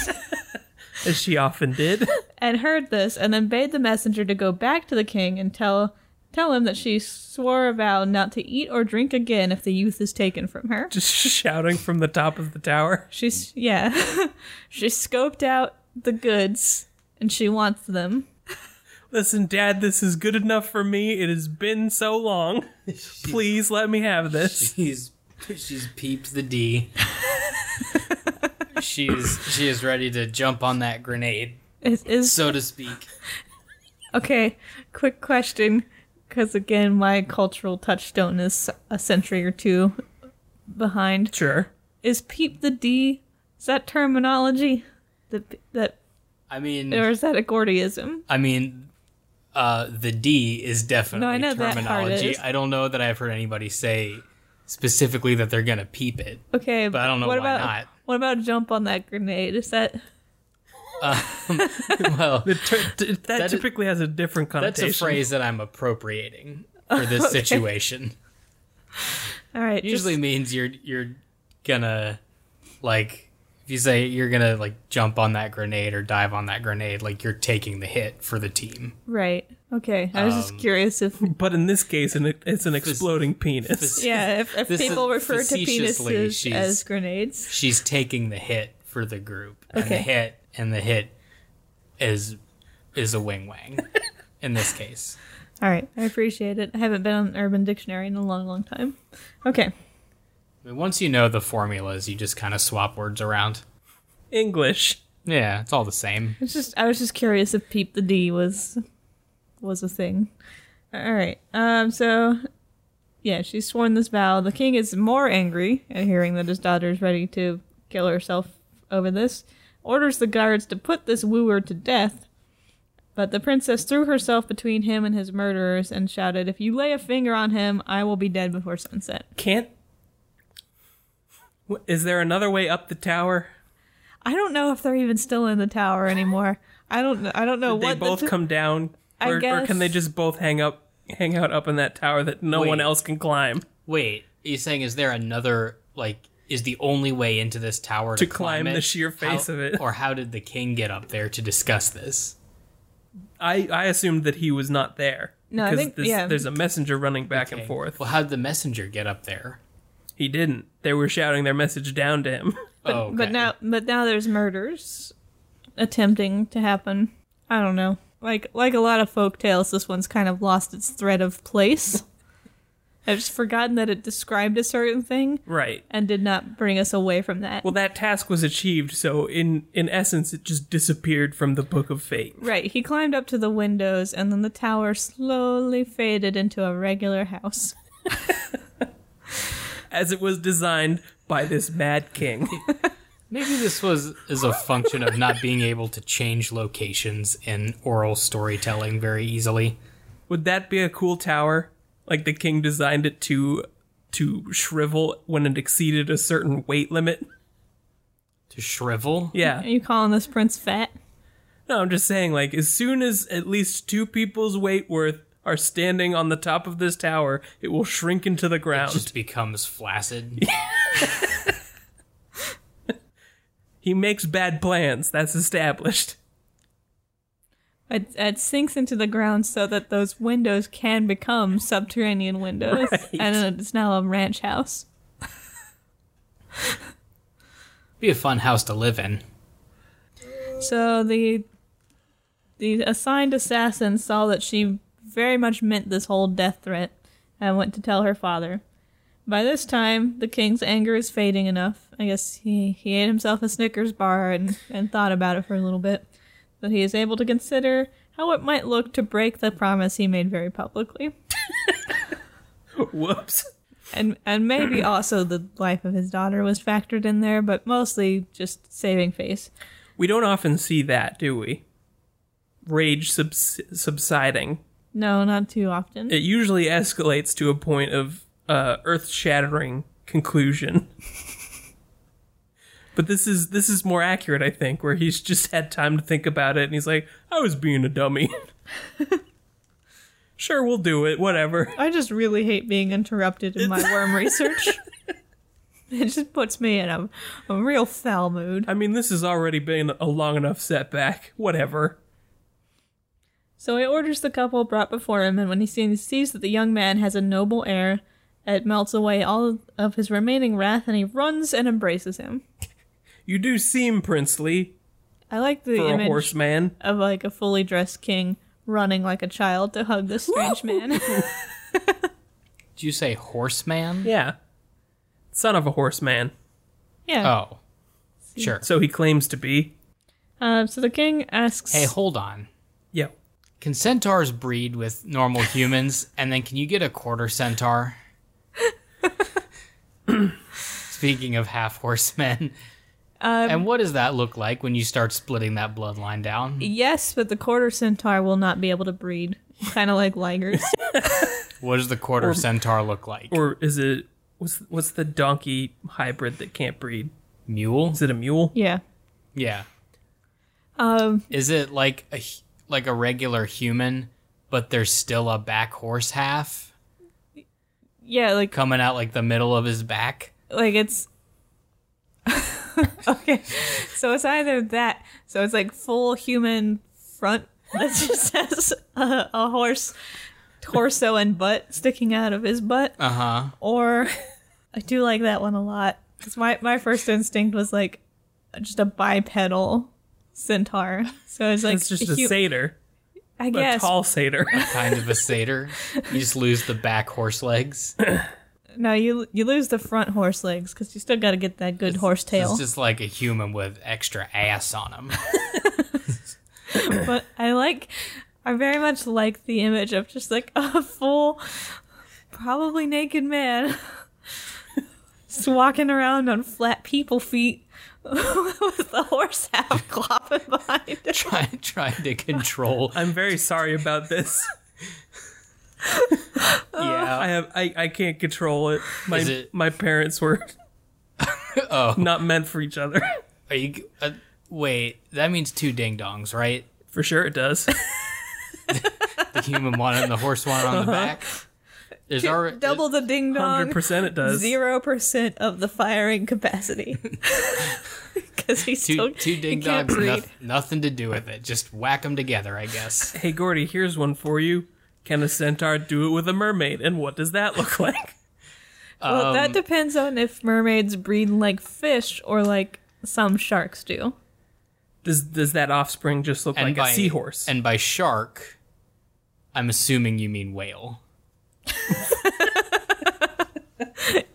(laughs) as she often did. and heard this, and then bade the messenger to go back to the king and tell tell him that she swore a vow not to eat or drink again if the youth is taken from her. Just (laughs) shouting from the top of the tower. She's yeah, (laughs) she scoped out the goods, and she wants them. Listen, Dad, this is good enough for me. It has been so (laughs) long. Please let me have this. She's she's peeped (laughs) the D. she's she is ready to jump on that grenade, It is so to speak. Okay, quick question, because again, my cultural touchstone is a century or two behind. Sure. Is peep the D? Is that terminology? That that I mean, or is that a Gordyism? I mean, uh, the D is definitely No, I know that part terminology. is. I don't know that I've heard anybody say specifically that they're gonna peep it. Okay, But I don't know what why about not. what about jump on that grenade? Is that (laughs) Well, The ter- t- that, That is- typically has a different that's connotation. a phrase that I'm appropriating for (laughs) this situation. all right? just- Usually means you're you're gonna like if you say you're gonna like jump on that grenade or dive on that grenade, like you're taking the hit for the team. right. Okay, I was Um, just curious if (laughs) But in this case, an, it's an exploding penis. yeah, if, if This is people refer to facetiously, penises she's- as grenades. She's taking the hit for the group, and the Okay. hit and the hit is is a (laughs) wing wang in this case. All right, I appreciate it. I haven't been on Urban Dictionary in a long, long time. Okay. I mean, once you know the formulas, you just kind of swap words around. (laughs) English. Yeah, it's all the same. It's just I was just curious if Peep the D was was a thing. All right. Um so yeah, she's sworn this vow. The king is more angry at hearing that his daughter is ready to kill herself over this. Orders the guards to put this wooer to death. But the princess threw herself between him and his murderers and shouted, "If you lay a finger on him, I will be dead before sunset." Can't. Wh- Is there another way up the tower? I don't know if they're even still in the tower anymore. I don't. kn- I don't know They what the both t- come down, I or, or can they guess- just both hang up, hang out up in that tower that no one Wait. else can climb? Wait, are you saying is there another like is the only way into this tower to, To climb the it? sheer face How- of it. Or how did the king get up there to discuss this? I I assumed that he was not there. No, I because think- this- yeah. there's a messenger running back and forth. Well, how did the messenger get up there? He didn't. They were shouting their message down to him. (laughs) But, oh, But okay. now, but now there's murders attempting to happen. I don't know. Like like a lot of folk tales, this one's kind of lost its thread (laughs) of place. I've just forgotten that it described a certain thing right. and did not bring us away from that. Well, that task was achieved, so in in essence, it just disappeared from the book of fate. right, he climbed up to the windows, and then the tower slowly faded into a regular house. as it was designed by this mad king. Maybe this was is a function of not being able to change locations in oral storytelling very easily. Would that be a cool tower? Like the king designed it to to shrivel when it exceeded a certain weight limit? To shrivel? Are Yeah. you calling this prince fat? No, I'm just saying like as soon as at least two people's weight worth are standing on the top of this tower, it will shrink into the ground. Just becomes flaccid. He makes bad plans, that's established. It, it sinks into the ground so that those windows can become subterranean (laughs) windows, and it's now a ranch house. Be a fun house to live in. So the the assigned assassin saw that she very much meant this whole death threat and went to tell her father. By this time, the king's anger is fading enough. I guess he, he ate himself a Snickers bar and, and thought about it for a little bit. But he is able to consider how it might look to break the promise he made very publicly. (laughs) Whoops. And and maybe also the life of his daughter was factored in there, but mostly just saving face. We don't often see that, do we? Rage subs- subsiding. No, not too often. It usually escalates to a point of uh, earth-shattering conclusion. (laughs) but this is this is more accurate, I think, where he's just had time to think about it, and he's like, "I was being a dummy." (laughs) sure, we'll do it. Whatever. I just really hate being interrupted in my (laughs) worm research. It just puts me in a, a real foul mood. I mean, this has already been a long enough setback. Whatever. So he orders the couple brought before him, and when he sees, sees that the young man has a noble air, it melts away all of his remaining wrath, and he runs and embraces him. You do seem princely I like the for a image horseman. of like a fully dressed king running like a child to hug this strange man. (laughs) Did you say horseman? Yeah. Son of a horseman. yeah. Oh, sure. So he claims to be. Uh, so the king asks, Hey, hold on. Yeah. Can centaurs breed with normal (laughs) humans? And then can you get a quarter centaur? Speaking of half horsemen. Um, and what does that look like when you start splitting that bloodline down? "Yes, but the quarter centaur will not be able to breed, kind of like ligers." What does the quarter centaur look like? Or is it what's what's the donkey hybrid that can't breed? Mule? Is it a mule? yeah. Yeah. Um, Is it like a hu- like a regular human, but there's still a back horse half Yeah, like coming out like the middle of his back? like it's (laughs) okay. So it's either that. So it's like full human front that (laughs) just has a, a horse torso and butt sticking out of his butt, Ah. Uh Uh-huh. huh. or I do like that one a lot because my my first instinct was like just a bipedal centaur. So it's like It's just a hu- satyr, I a guess tall satyr. Kind of a satyr. you just lose the back horse legs. no, you you lose the front horse legs because you still got to get that good horse tail. It's just like a human with extra ass on (laughs) him. but I like, I very much like the image of just like a full, probably naked man (laughs) just walking around on flat people feet (laughs) with the horse (laughs) half clopping behind him. trying, trying (laughs) to control. I'm very sorry about this. I yeah. have I, I can't control it. My Is it- my parents were (laughs) Oh, not meant for each other. (laughs) are you? Uh, wait, that means two ding dongs, right? For sure it does. The human one and the horse one on the back. There's uh, already Uh-huh. (laughs) Double the ding dong, 100% it does. Um, zero percent of the firing (laughs) capacity. Because he's two, still two ding he can't dongs, breathe. noth- nothing to do with it. Just whack them together, (laughs) I guess. Hey Gordy, here's one for you. Can a centaur do it with a mermaid? And what does that look (laughs) like? Well, Um, that depends on if mermaids breed like fish or like some sharks do. Does does that offspring just look like a seahorse? And by shark, I'm assuming you mean whale.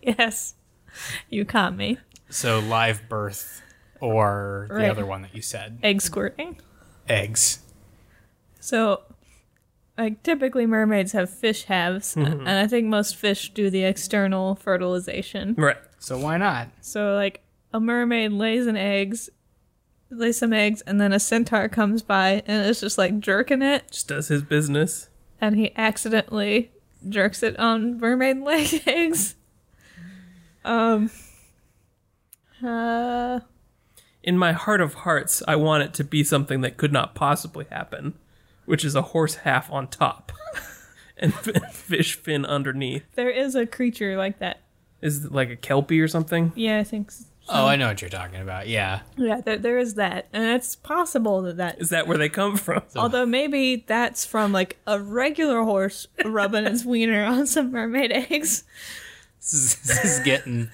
Yes, you caught me. So live birth or Right. the other one that you said. egg squirting. Eggs. So, like typically, mermaids have fish halves, and I think most fish do the external fertilization. right. So why not? So, like a mermaid lays an eggs, lays some eggs, and then a centaur comes by and is just like jerking it, Just does his business. and he accidentally jerks it on mermaid (laughs) leg eggs. Um. Uh, In my heart of hearts, I want it to be something that could not possibly happen, which is a horse half on top (laughs) and f- fish fin underneath. there is a creature like that. Is it like a kelpie or something? Yeah, I think s- Oh, I know what you're talking about. Yeah. Yeah, there, there is that. And it's possible that that Is that where they come from? Although maybe that's from like a regular horse rubbing its wiener on some mermaid eggs. This is, (laughs) this is getting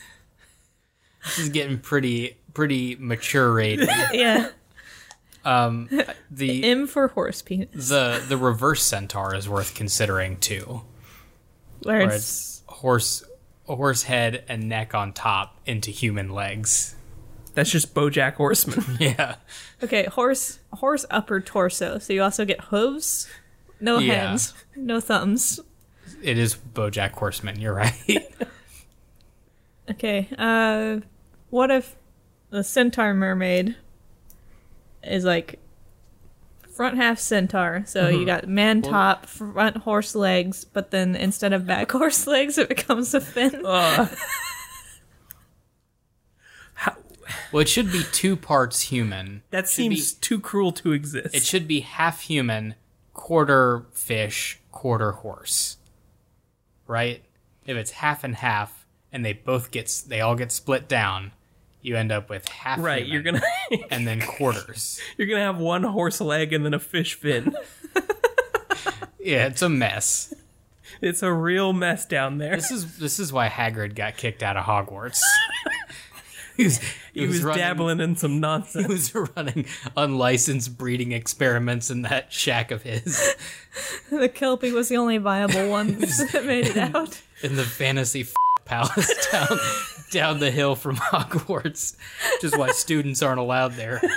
this is getting pretty pretty mature (laughs) rated. (laughs) Yeah. Um the M for horse penis. the the reverse centaur is worth considering too. Where Where it's, it's horse horse head and neck on top into human legs. (laughs) That's just BoJack Horseman. Yeah. okay, horse horse upper torso. So you also get hooves, no Yeah. hands, no thumbs. It is Bojack Horseman, you're right. (laughs) Okay. Uh what if the centaur mermaid is like front half centaur. So you got man top, front horse legs, but then instead of back (laughs) horse legs it becomes a fin. Uh, (laughs) How, well, it should be two parts human. that Should be- seems too cruel to exist. It should be half human, quarter fish, quarter horse. Right? If it's half and half, and they both get s- they all get split down, you end up with half. right, human you're gonna (laughs) and then quarters. you're gonna have one horse leg and then a fish (laughs) fin. yeah, it's a mess. It's a real mess down there. This is this is why Hagrid got kicked out of Hogwarts. (laughs) he was, (laughs) He was running- dabbling in some He nonsense. was running (laughs) unlicensed breeding experiments in that shack of his, The Kelpie was the only viable one (laughs) that made it out. in the fantasy f- palace (laughs) down down the hill from (laughs) Hogwarts, which is why students aren't allowed there. (laughs)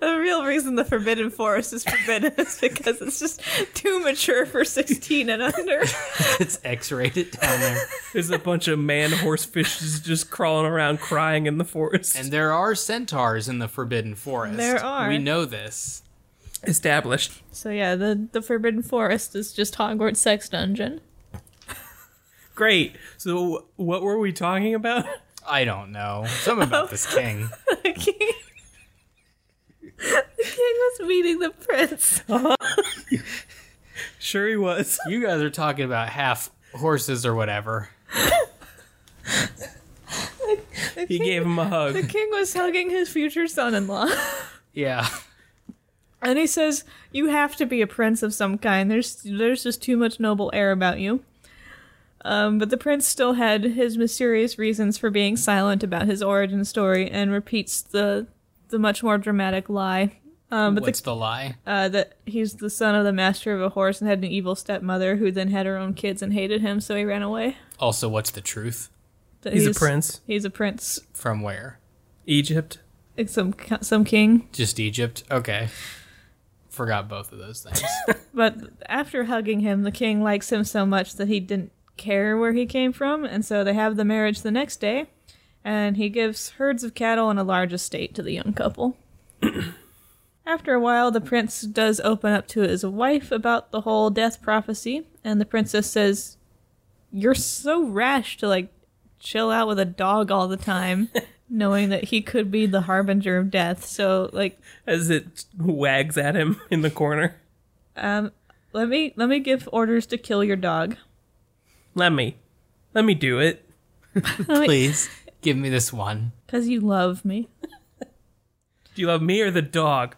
The real reason the Forbidden Forest is forbidden is because it's just too mature for 16 and under. It's X-rated down there. There's a bunch of man horse fishes just crawling around crying in the forest. And there are centaurs in the Forbidden Forest. There are. We know this. Established. So yeah, the, the Forbidden Forest is just Hogwarts Sex Dungeon. Great. So what were we talking about? (laughs) I don't know. Something about (laughs) this king. The king, the king was meeting the prince. Sure he was. You guys are talking about half horses or whatever. He gave him a The hug. king was hugging his future son-in-law. Yeah. And he says, "You have to be a prince of some kind. There's there's just too much noble air about you." Um, but the prince still had his mysterious reasons for being silent about his origin story and repeats the the much more dramatic lie. Um, but What's the, the lie? uh, that he's the son of the master of a horse and had an evil stepmother who then had her own kids and hated him, so he ran away. Also, what's the truth? That He's a prince. He's a prince. From where? Egypt. It's some some king. Just Egypt? Okay. Forgot both of (laughs) those things. But after hugging him, the king likes him so much that he didn't care where he came from, and so they have the marriage the next day, and he gives herds of cattle and a large estate to the young couple. after a while, the prince does open up to his wife about the whole death prophecy, and the princess says, You're so rash to like chill out with a dog all the time. knowing that he could be the harbinger of death so like As it wags at him in the corner. um let me let me give orders to kill your dog Let me. Let me do it. Please give me this one. Because you love me. Do you love me or the dog?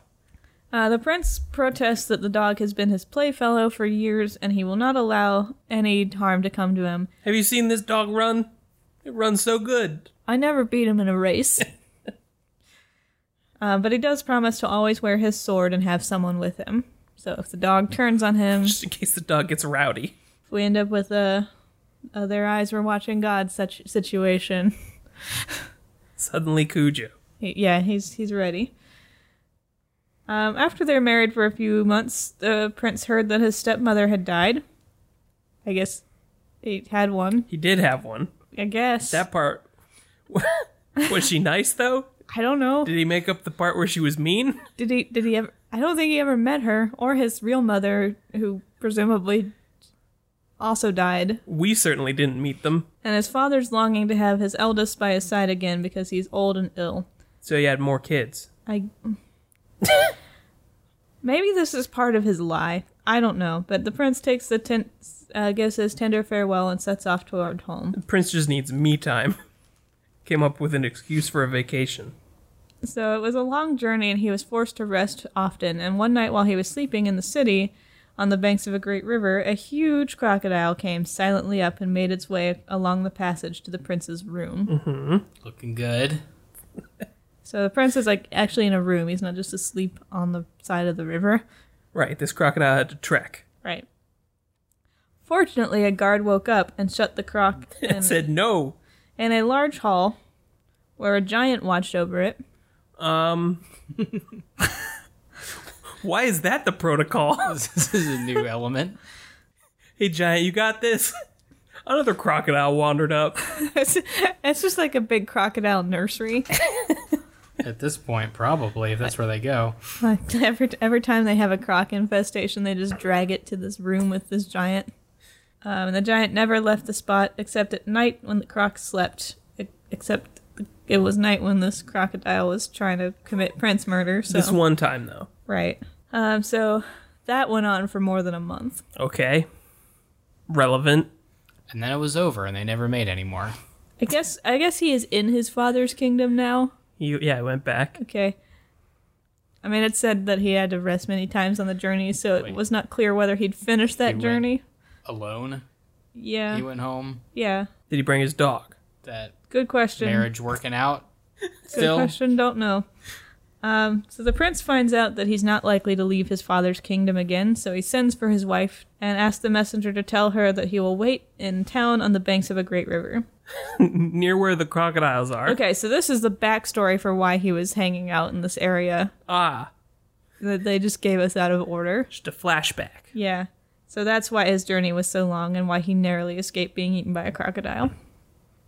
Uh, the prince protests that the dog has been his playfellow for years and he will not allow any harm to come to him. Have you seen this dog run? It runs so good. I never beat him in a race. uh, but he does promise to always wear his sword and have someone with him. So if the dog turns on him, Just in case the dog gets rowdy. we end up with a, a their eyes were watching God such situation. Suddenly Cujo. He- Yeah, he's he's ready. Um, after they're married for a few months, the prince heard that his stepmother had died. I guess he had one. He did have one. I guess That part. (laughs) was she nice though? I don't know. Did he make up the part where she was mean? Did he? Did he ever? I don't think he ever met her or his real mother, who presumably also died. We certainly didn't meet them. And his father's longing to have his eldest by his side again because he's old and ill. So he had more kids. I maybe this is part of his lie. I don't know, but the prince takes the tent, uh, gives his tender farewell, and sets off toward home. Prince just needs me time. (laughs) came up with an excuse for a vacation. So it was a long journey, and he was forced to rest often. And one night, while he was sleeping in the city on the banks of a great river, a huge crocodile came silently up and made its way along the passage to the prince's room. Looking good. So the prince is like actually in a room. He's not just asleep on the side of the river. Right, this crocodile had to trek. Right. Fortunately, a guard woke up and shut the (laughs) croc in, And said no. in a large hall where a giant watched over (laughs) it. Um (laughs) Why is that the protocol? (laughs) (laughs) this is a new element. hey giant, you got this. (laughs) Another crocodile wandered up. it's, it's just like a big crocodile nursery. At this point, probably, if that's where they go. (laughs) Like, every every time they have a croc infestation, they just drag it to this room with this giant. Um, and the giant never left the spot except at night when the croc slept. e- Except it was night when this crocodile was trying to commit prince murder. So This one time though. right. Um, so that went on for more than a month. Okay. Relevant. And then it was over, and they never made any more. I guess I guess he is in his father's kingdom now. You yeah, I went back. Okay. I mean, it said that he had to rest many times on the journey, so it was not clear whether he'd finished that went- journey. Alone, Yeah. he went home. Yeah. Did he bring his dog? That Good question. marriage working out. (laughs) Good Still, question. Don't know. Um, so the prince finds out that he's not likely to leave his father's kingdom again, so he sends for his wife and asks the messenger to tell her that he will wait in town on the banks of a great river. Near where the crocodiles are. Okay, so this is the backstory for why he was hanging out in this area Ah, that they just gave us out of order. just a flashback. Yeah. So that's why his journey was so long and why he narrowly escaped being eaten by a crocodile.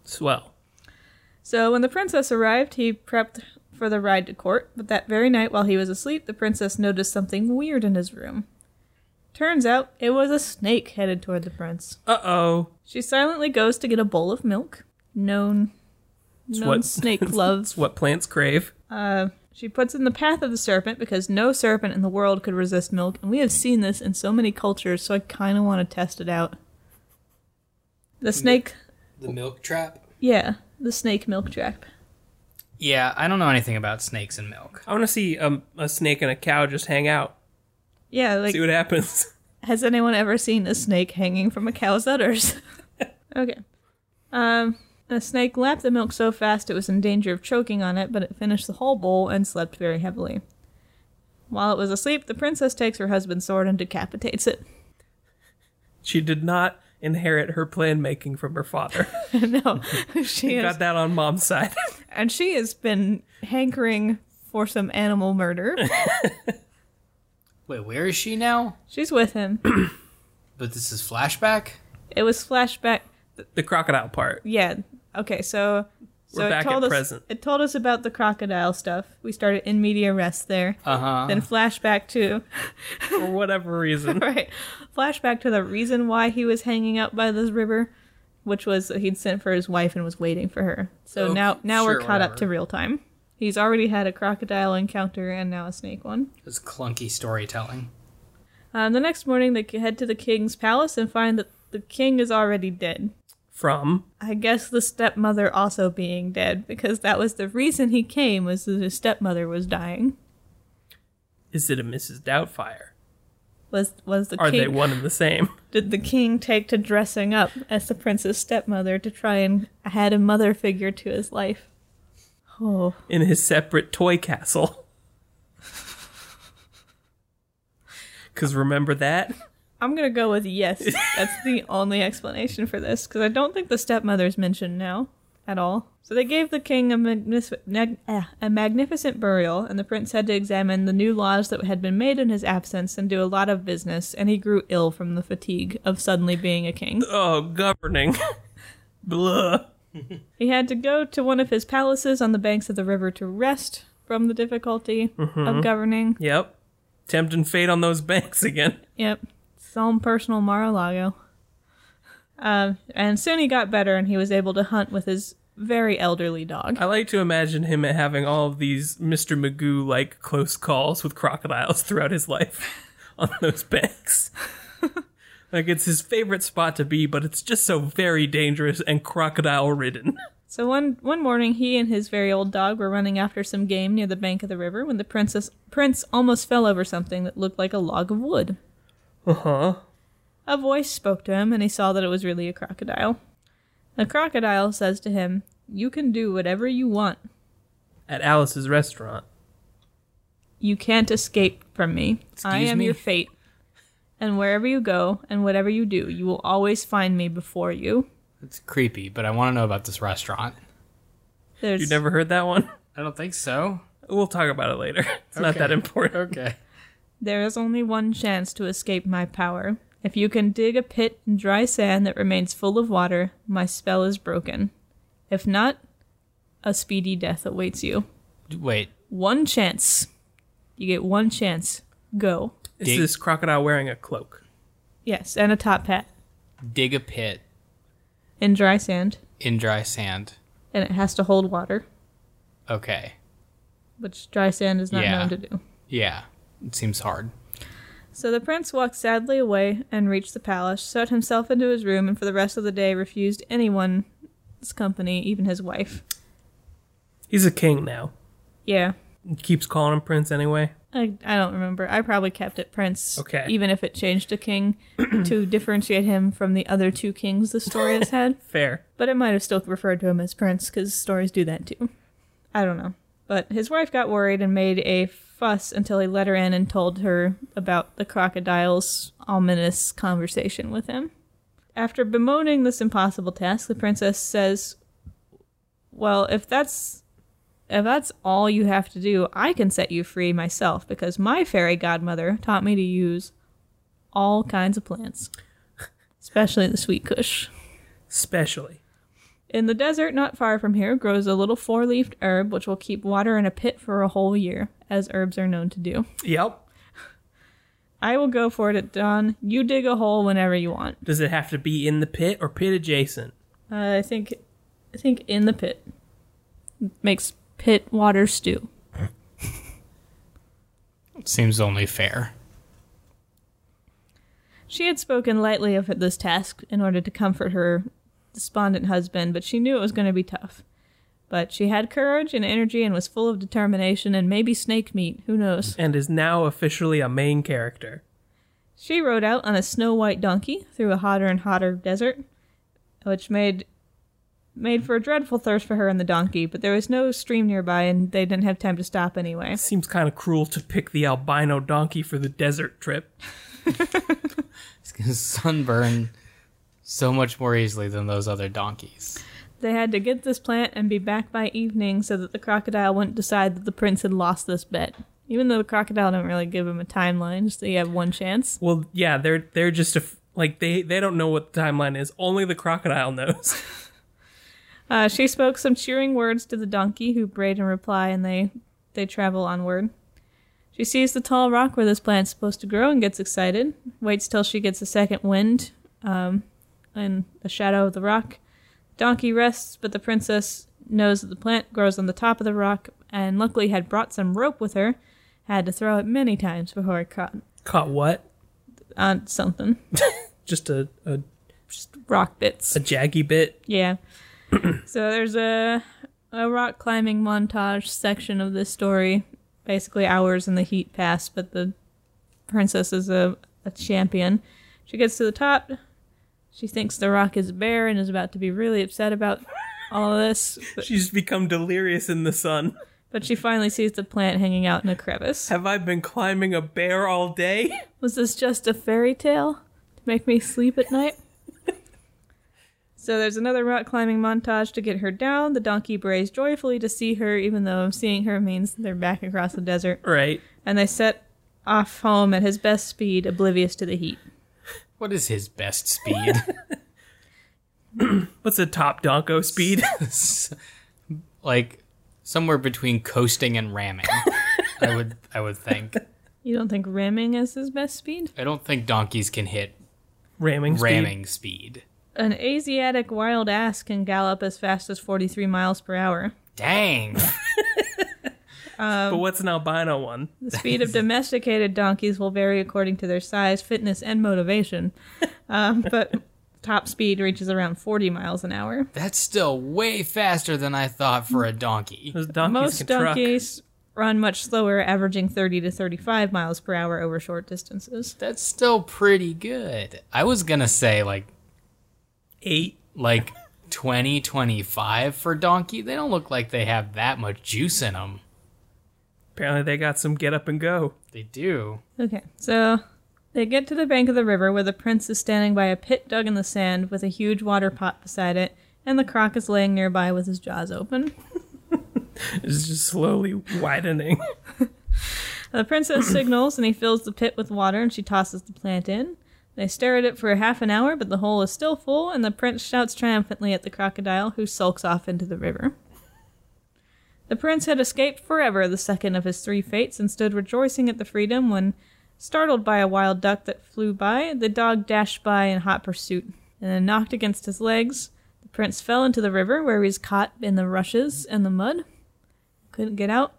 Swell. So when the princess arrived, he prepped for the ride to court, but that very night while he was asleep, the princess noticed something weird in his room. Turns out it was a snake headed toward the prince. Uh oh. She silently goes to get a bowl of milk. Known known what- snake (laughs) loves. It's what plants crave. Uh, she puts in the path of the serpent because no serpent in the world could resist milk, and we have seen this in so many cultures, so I kind of want to test it out. The snake, the milk trap. yeah, the snake milk trap. Yeah, I don't know anything about snakes and milk. I want to see um, a snake and a cow just hang out. Yeah, like See what happens. (laughs) Has anyone ever seen a snake hanging from a (laughs) cow's udders? okay. Um, the snake lapped the milk so fast it was in danger of choking on it, but it finished the whole bowl and slept very heavily. While it was asleep, the princess takes her husband's sword and decapitates it. (laughs) She did not inherit her plan making from her (laughs) father. no, she Got has, that on mom's side. (laughs) and she has been hankering for some animal (laughs) murder. Wait, where is she now? She's with him. But this is flashback. It was flashback. the crocodile part. Yeah. Okay. So, so We're it back told at us present. it told us about the crocodile stuff. We started in media rest there. Uh huh. Uh-huh. then flashback to (laughs) For whatever reason. right flashback to the reason why he was hanging out by this river which was that he'd sent for his wife and was waiting for her so Oh, Okay, now now we're sure, caught up to whatever. real time he's already had a crocodile encounter and now a snake one It's clunky storytelling. um, the next morning they head to the king's palace and find that the king is already dead From i guess the stepmother also being dead because that was the reason he came was that his stepmother was dying is it a Mrs. Doubtfire? was was the Are king they one and the same? did the king take to dressing up as the prince's stepmother to try and add a mother figure to his life. Oh, In his separate toy (laughs) castle. Cause remember that? I'm gonna go with yes. That's the only explanation for this because I don't think the stepmother's mentioned now at all. So they gave the king a, magnis- mag- eh, a magnificent burial, and the prince had to examine the new laws that had been made in his absence and do a lot of business. And he grew ill from the fatigue of suddenly being a king. Oh, (laughs) governing. Blah. He had to go to one of his palaces on the banks of the river to rest from the difficulty of governing. Yep. Tempting fate on those banks again. Yep. His own personal Mar a Lago. Um, and soon he got better and he was able to hunt with his very elderly dog. I like to imagine him having all of these Mr. Magoo like close calls with crocodiles throughout his life (laughs) on those banks. (laughs) like it's his favorite spot to be, but it's just so very dangerous and crocodile ridden. So one one morning, he and his very old dog were running after some game near the bank of the river when the princess prince almost fell over something that looked like a log of wood. Uh huh. A voice spoke to him, and he saw that it was really a crocodile. The crocodile says to him, "You can do whatever you want. At Alice's restaurant. You can't escape from me. I Excuse am me? your fate. And wherever you go, and whatever you do, you will always find me before you." It's creepy, but I want to know about this restaurant. There's You never heard that one? I don't think so. We'll talk about it later. (laughs) It's not Okay. that important. Okay. (laughs) There is only one chance to escape my power. If you can dig a pit in dry sand that remains full of water, my spell is broken. If not, a speedy death awaits you. Wait, One chance. You get one chance. Go. Is this crocodile wearing a cloak? Yes, and a top hat dig a pit in dry sand, in dry sand. and it has to hold water, Okay. which dry sand is not Yeah. known to do. Yeah. It seems hard. So the prince walked sadly away and reached the palace, shut himself into his room, and for the rest of the day refused anyone's company, even his wife. He's a king now. Yeah, He keeps calling him prince anyway. I, I don't remember. I probably kept it Prince. Okay. Even if it changed to King to differentiate him from the other two kings the story has had. Fair. But it might have still referred to him as Prince because stories do that too. I don't know. But his wife got worried and made a fuss until he let her in and told her about the crocodile's ominous conversation with him. After bemoaning this impossible task, the princess says, "Well, if that's if that's all you have to do, I can set you free myself because my fairy godmother taught me to use all kinds of plants, especially the sweet kush." Especially. In the desert not far from here grows a little four leafed herb which will keep water in a pit for a whole year, as herbs are known to do. Yep. I will go for it at dawn. You dig a hole whenever you want. Does it have to be in the pit or pit adjacent? Uh, I think I think in the pit. Makes pit water stew. Seems only fair. She had spoken lightly of this task in order to comfort her despondent husband, but she knew it was going to be tough. But she had courage and energy and was full of determination and maybe snake meat, who knows? And is now officially a main character. She rode out on a snow white donkey through a hotter and hotter desert, which made made for a dreadful thirst for her and the donkey, but there was no stream nearby and they didn't have time to stop anyway. Seems kind of cruel to pick the albino donkey for the desert trip. It's going to (laughs) sunburn so much more easily than those other donkeys. They had to get this plant and be back by evening so that the crocodile wouldn't decide that the prince had lost this bet. Even though the crocodile didn't really give him a timeline, just that you have one chance. Well, yeah, they're they're just a f- like they they don't know what the timeline is. Only the crocodile (laughs) knows. Uh, she spoke some cheering words to the donkey, who brayed in reply, and they they travel onward. She sees the tall rock where this plant's supposed to grow and gets excited. Waits till she gets a second wind, um, in the shadow of the rock. Donkey rests, but the princess knows that the plant grows on the top of the rock, and luckily had brought some rope with her. Had to throw it many times before it caught Caught what? on something. Just a a, Rock bits. a jaggy bit. Yeah. (clears throat) so there's a a rock climbing montage section of this story. Basically, hours in the heat pass, but the princess is a, a champion. She gets to the top. She thinks the rock is a bear and is about to be really upset about all of this, but, She's become delirious in the sun. but she finally sees the plant hanging out in a crevice. Have I been climbing a bear all day? Was this just a fairy tale to make me sleep at night? (laughs) so there's another rock climbing montage to get her down. The donkey brays joyfully to see her, even though seeing her means they're back across the desert. (laughs) Right. And they set off home at his best speed, oblivious to the heat. What is his best speed? What's a top donko (laughs) speed? like somewhere between coasting and ramming. I would I would think. You don't think ramming is his best speed? I don't think donkeys can hit ramming speed. ramming speed. An Asiatic wild ass can gallop as fast as 43 miles per hour. Dang. But what's an albino one? The speed of (laughs) domesticated donkeys will vary according to their size, fitness, and motivation. Um, but top speed reaches around 40 miles an hour. That's still way faster than I thought for a donkey. Those donkeys Most can truck. donkeys run much slower, averaging 30 to 35 miles per hour over short distances. That's still pretty good. I was gonna say like Eight. like 20, 25 for donkey. They don't look like they have that much juice in them. Apparently they got some get up and go. They do. Okay, so they get to the bank of the river where the prince is standing by a pit dug in the sand with a huge water pot beside it, and the croc is laying nearby with his jaws open. It's just slowly widening. The princess signals and he fills the pit with water and she tosses the plant in. They stare at it for half an hour, but the hole is still full, and the prince shouts triumphantly at the crocodile, who sulks off into the river. The prince had escaped forever the second of his three fates and stood rejoicing at the freedom when, startled by a wild duck that flew by, the dog dashed by in hot pursuit and then knocked against his legs. The prince fell into the river where he was caught in the rushes and the mud. Couldn't get out.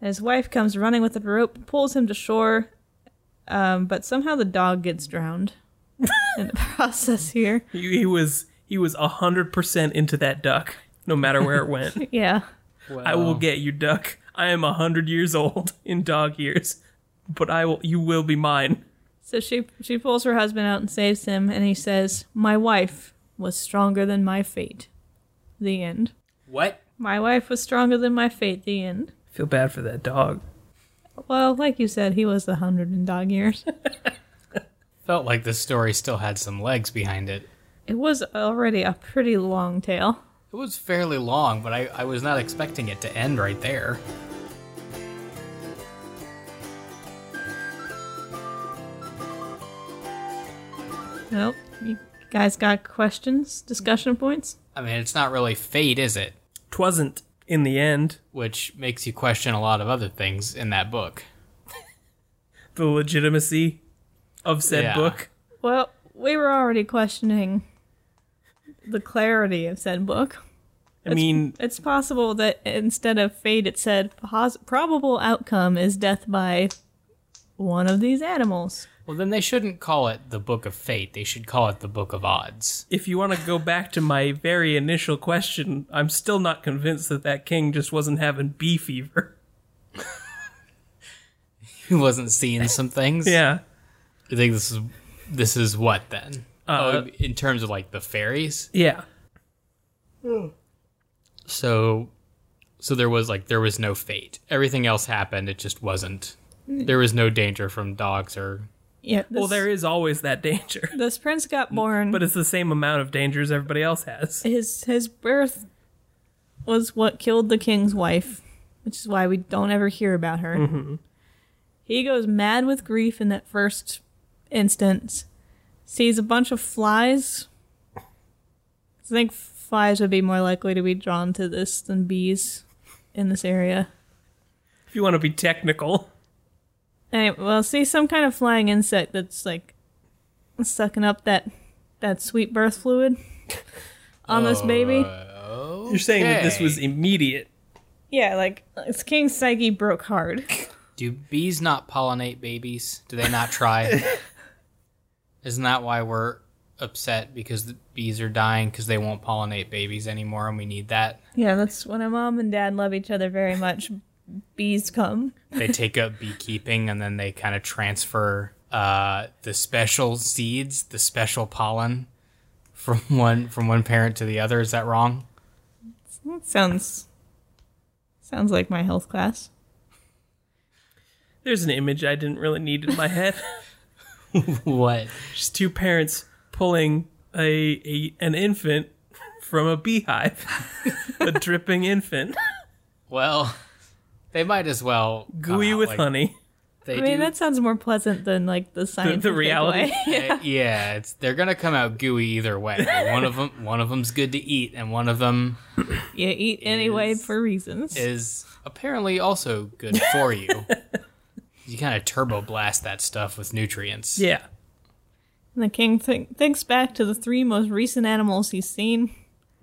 And his wife comes running with a rope, pulls him to shore, um, but somehow the dog gets drowned in the process here. he, he was he was hundred percent into that duck, no matter where it went. (laughs) Yeah. I will get you, duck. I am a hundred years old (laughs) in dog years, but I will. You will be mine. So she she pulls her husband out and saves him, and he says, "My wife was stronger than my fate." The end. What? My wife was stronger than my fate. The end. I feel bad for that dog. Well, like you said, he was the hundred in dog years. (laughs) Felt like this story still had some legs behind it. it was already a pretty long tale. It was fairly long, but I, I was not expecting it to end right there. Nope. You guys got questions, discussion points? I mean, it's not really fate, is it? Twasn't in the end Which makes you question a lot of other things in that book. the legitimacy of said Yeah. book. Well, we were already questioning the clarity of said book. I mean, It's possible that instead of fate, it said pos- probable outcome is death by one of these animals. Well, then they shouldn't call it the Book of Fate. They should call it the Book of Odds. (laughs) if you want to go back to my very initial question, I'm still not convinced that that king just wasn't having bee fever. (laughs) Who wasn't seeing some things? Yeah, You think this is this is what then? Uh, oh, in terms of like the fairies. yeah. So, so there was like there was no fate. Everything else happened. It just wasn't. There was no danger from dogs or Yeah. This, Well, there is always that danger, (laughs) This prince got born, but it's the same amount of danger as everybody else has. his his birth was what killed the king's wife, which is why we don't ever hear about her. He goes mad with grief in that first instance. Sees a bunch of flies. I think flies would be more likely to be drawn to this than bees in this area. If you want to be technical, Anyway, well, see some kind of flying insect that's like sucking up that that sweet birth fluid on this baby. you're saying that this was Okay. immediate. Yeah, like it's King Psyche broke hard. Do bees not pollinate babies? Do they (laughs) not try? Isn't that why we're upset because the bees are dying because they won't pollinate babies anymore and we need that? yeah, that's when my mom and dad love each other very much. Bees come. They take up beekeeping and then they kind of transfer uh, the special seeds, the special pollen from one from one parent to the other. Is that wrong? That sounds sounds like my health class. There's an image I didn't really need in my (laughs) head. What? Just two parents pulling a, a an infant from a (laughs) beehive, a dripping infant, Well, they might as well come gooey out with like honey. They I mean, do. that sounds more pleasant than like the science. reality. (laughs) yeah, (laughs) yeah it's, they're gonna come out gooey either way. One of them, one of them's good to eat, and one of them you eat anyway Is- for reasons. is apparently also good (laughs) for you. you kind of turbo blast that stuff with nutrients. Yeah, And the king think thinks back to the three most recent animals he's seen.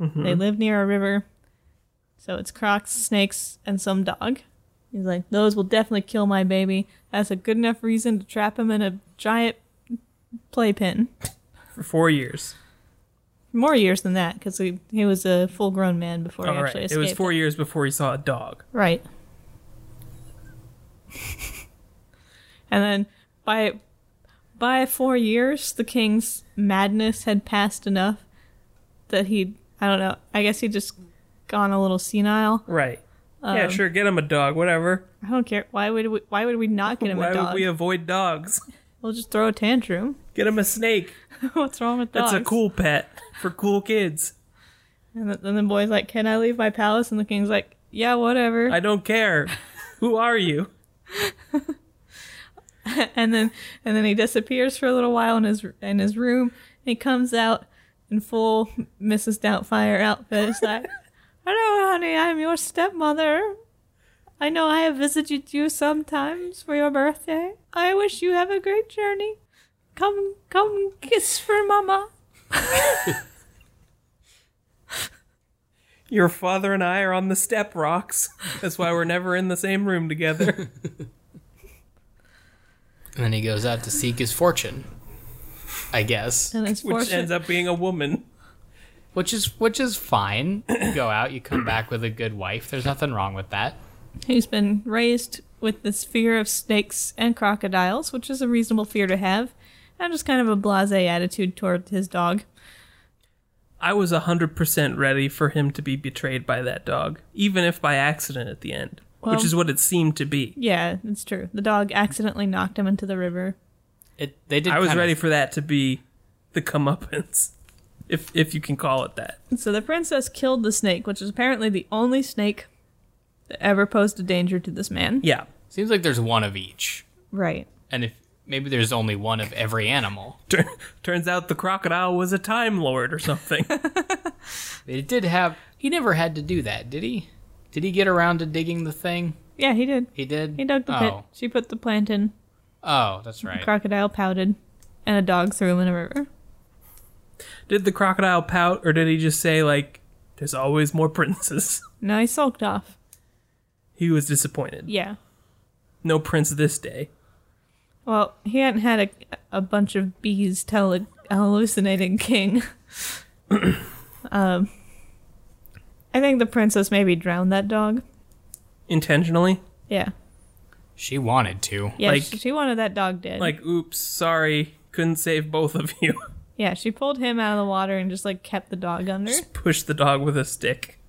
Mm-hmm. They live near a river. So it's crocs, snakes, and some dog. He's like, those will definitely kill my baby. That's a good enough reason to trap him in a giant playpen. for four years. more years than that because he, he was a full grown man before he All actually right. It escaped. was four years before he saw a dog. Right. (laughs) and then by by four years, the king's madness had passed enough that he I don't know. I guess he just gone a little senile. Right. Um, yeah, sure. Get him a dog. Whatever. I don't care. Why would we, why would we not get him Why a dog? would we avoid dogs? (laughs) We'll just throw a tantrum. (laughs) Get him a snake. What's wrong with dogs? That's a cool pet for cool kids. And then- then the boy's like, "Can I leave my palace?" And the king's like, "Yeah, whatever." I don't (laughs) care. Who are you? and then and then he disappears for a little while in his in his room. And he comes out in full Mrs. Doubtfire outfit. It's like, "Hello, honey. I'm your stepmother. I know I have visited you sometimes for your birthday. I wish you have a great journey. Come, come, kiss for mama." Your father and I are on the step rocks. That's why we're never in the same room together. And then he goes out to seek his fortune. I guess. And his Which fortune, ends up being a woman. Which is which is fine. You go out, you come back with a good wife. There's nothing wrong with that. he's been raised with this fear of snakes and crocodiles, which is a reasonable fear to have, and just kind of a blasé attitude toward his dog. I was 100% ready for him to be betrayed by that dog, even if by accident at the end, which Well- is what it seemed to be. Yeah, it's true. The dog accidentally knocked him into the river. It they did I was kind of- ready for that to be the comeuppance, if if you can call it that. So the princess killed the snake, which is apparently the only snake that ever posed a danger to this man. Yeah. Seems like there's one of each. Right. And if maybe there's only one of every animal. Tur- turns out the crocodile was a time lord or something. It did have he never had to do that, did he? Did he get around to digging the thing? Yeah, he did. He did. He dug the pit. oh. She put the plant in. Oh, that's right. Crocodile pouted, and a dog threw him in a river. did the crocodile pout, or did he just say like, "There's always more princes"? No, he sulked off. He was disappointed. Yeah. No prince this day. Well, he hadn't had a, a bunch of bees tell a, a hallucinating king. (coughs) um, I think the princess maybe drowned that dog. Intentionally, Yeah. She wanted to. Yeah, Like- she, she wanted that dog dead. like, "Oops, sorry, couldn't save both of you." (laughs) yeah, she pulled him out of the water and just like kept the dog under. just push the dog with a stick.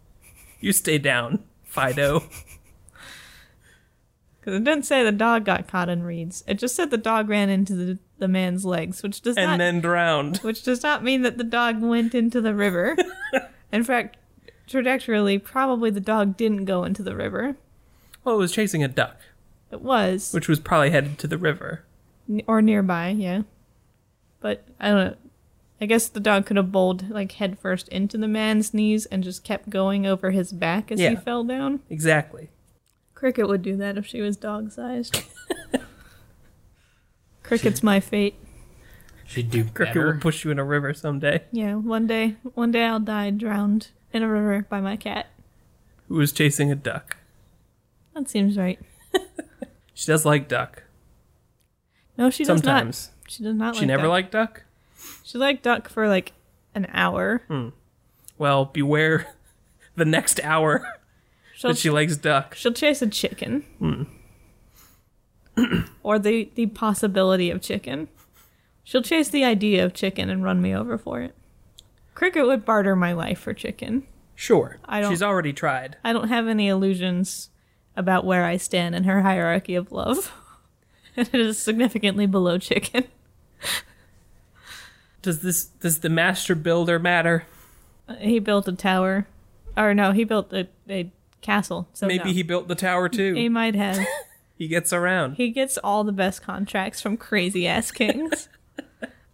You stay down, (laughs) Fido. Because it didn't say the dog got caught in reeds. It just said the dog ran into the, the man's legs, which does not and then drowned. which does not mean that the dog went into (laughs) the river. in fact, trajectorily, probably the dog didn't go into the river. Well, it was chasing a duck, It was which was probably headed to the river. N- or nearby, yeah. But I don't know. I guess the dog could have bowled like headfirst into the man's knees and just kept going over his back as he Yeah. fell down. Exactly. Cricket would do that if she was (laughs) dog sized. Cricket's my fate. She'd do Cricket better. will push you in a river someday. Yeah, one day, one day I'll die drowned in a river by my cat. Who was chasing a duck? That seems right. She does like duck. No, she does Sometimes not. She does not. she like never duck. liked duck. She liked duck for like an hour. Mm. Well, beware (laughs) the next hour (laughs) She'll that she Mm. likes duck. she'll chase a chicken, or the the possibility of chicken. She'll chase the idea of chicken and run me over for it. Cricket would barter my life for chicken. Sure. I don't- She's already tried. I don't have any illusions about where I stand in her hierarchy of love. (laughs) it is significantly below chicken. (laughs) Does this does the master builder matter? He built a tower, or no, he built a, a castle. So Maybe no. he built the tower he too. might have. He gets around. he gets all the best contracts from crazy (laughs) ass kings.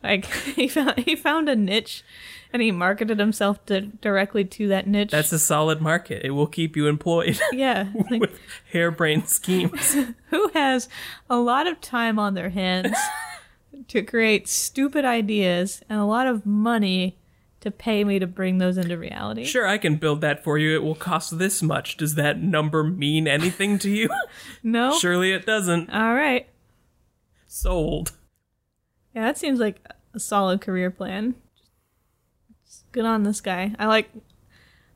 like (laughs) he found he found a niche, and he marketed himself to, directly to that niche. That's a solid market. It will keep you employed (laughs) yeah. Like, with harebrained schemes. who has a lot of time on their hands to create stupid ideas and a lot of money to pay me to bring those into reality? Sure, I can build that for you. It will cost this much. Does that number mean anything to you? No. Surely it doesn't. All right. Sold. Yeah, that seems like a solid career plan. Good on this guy. I like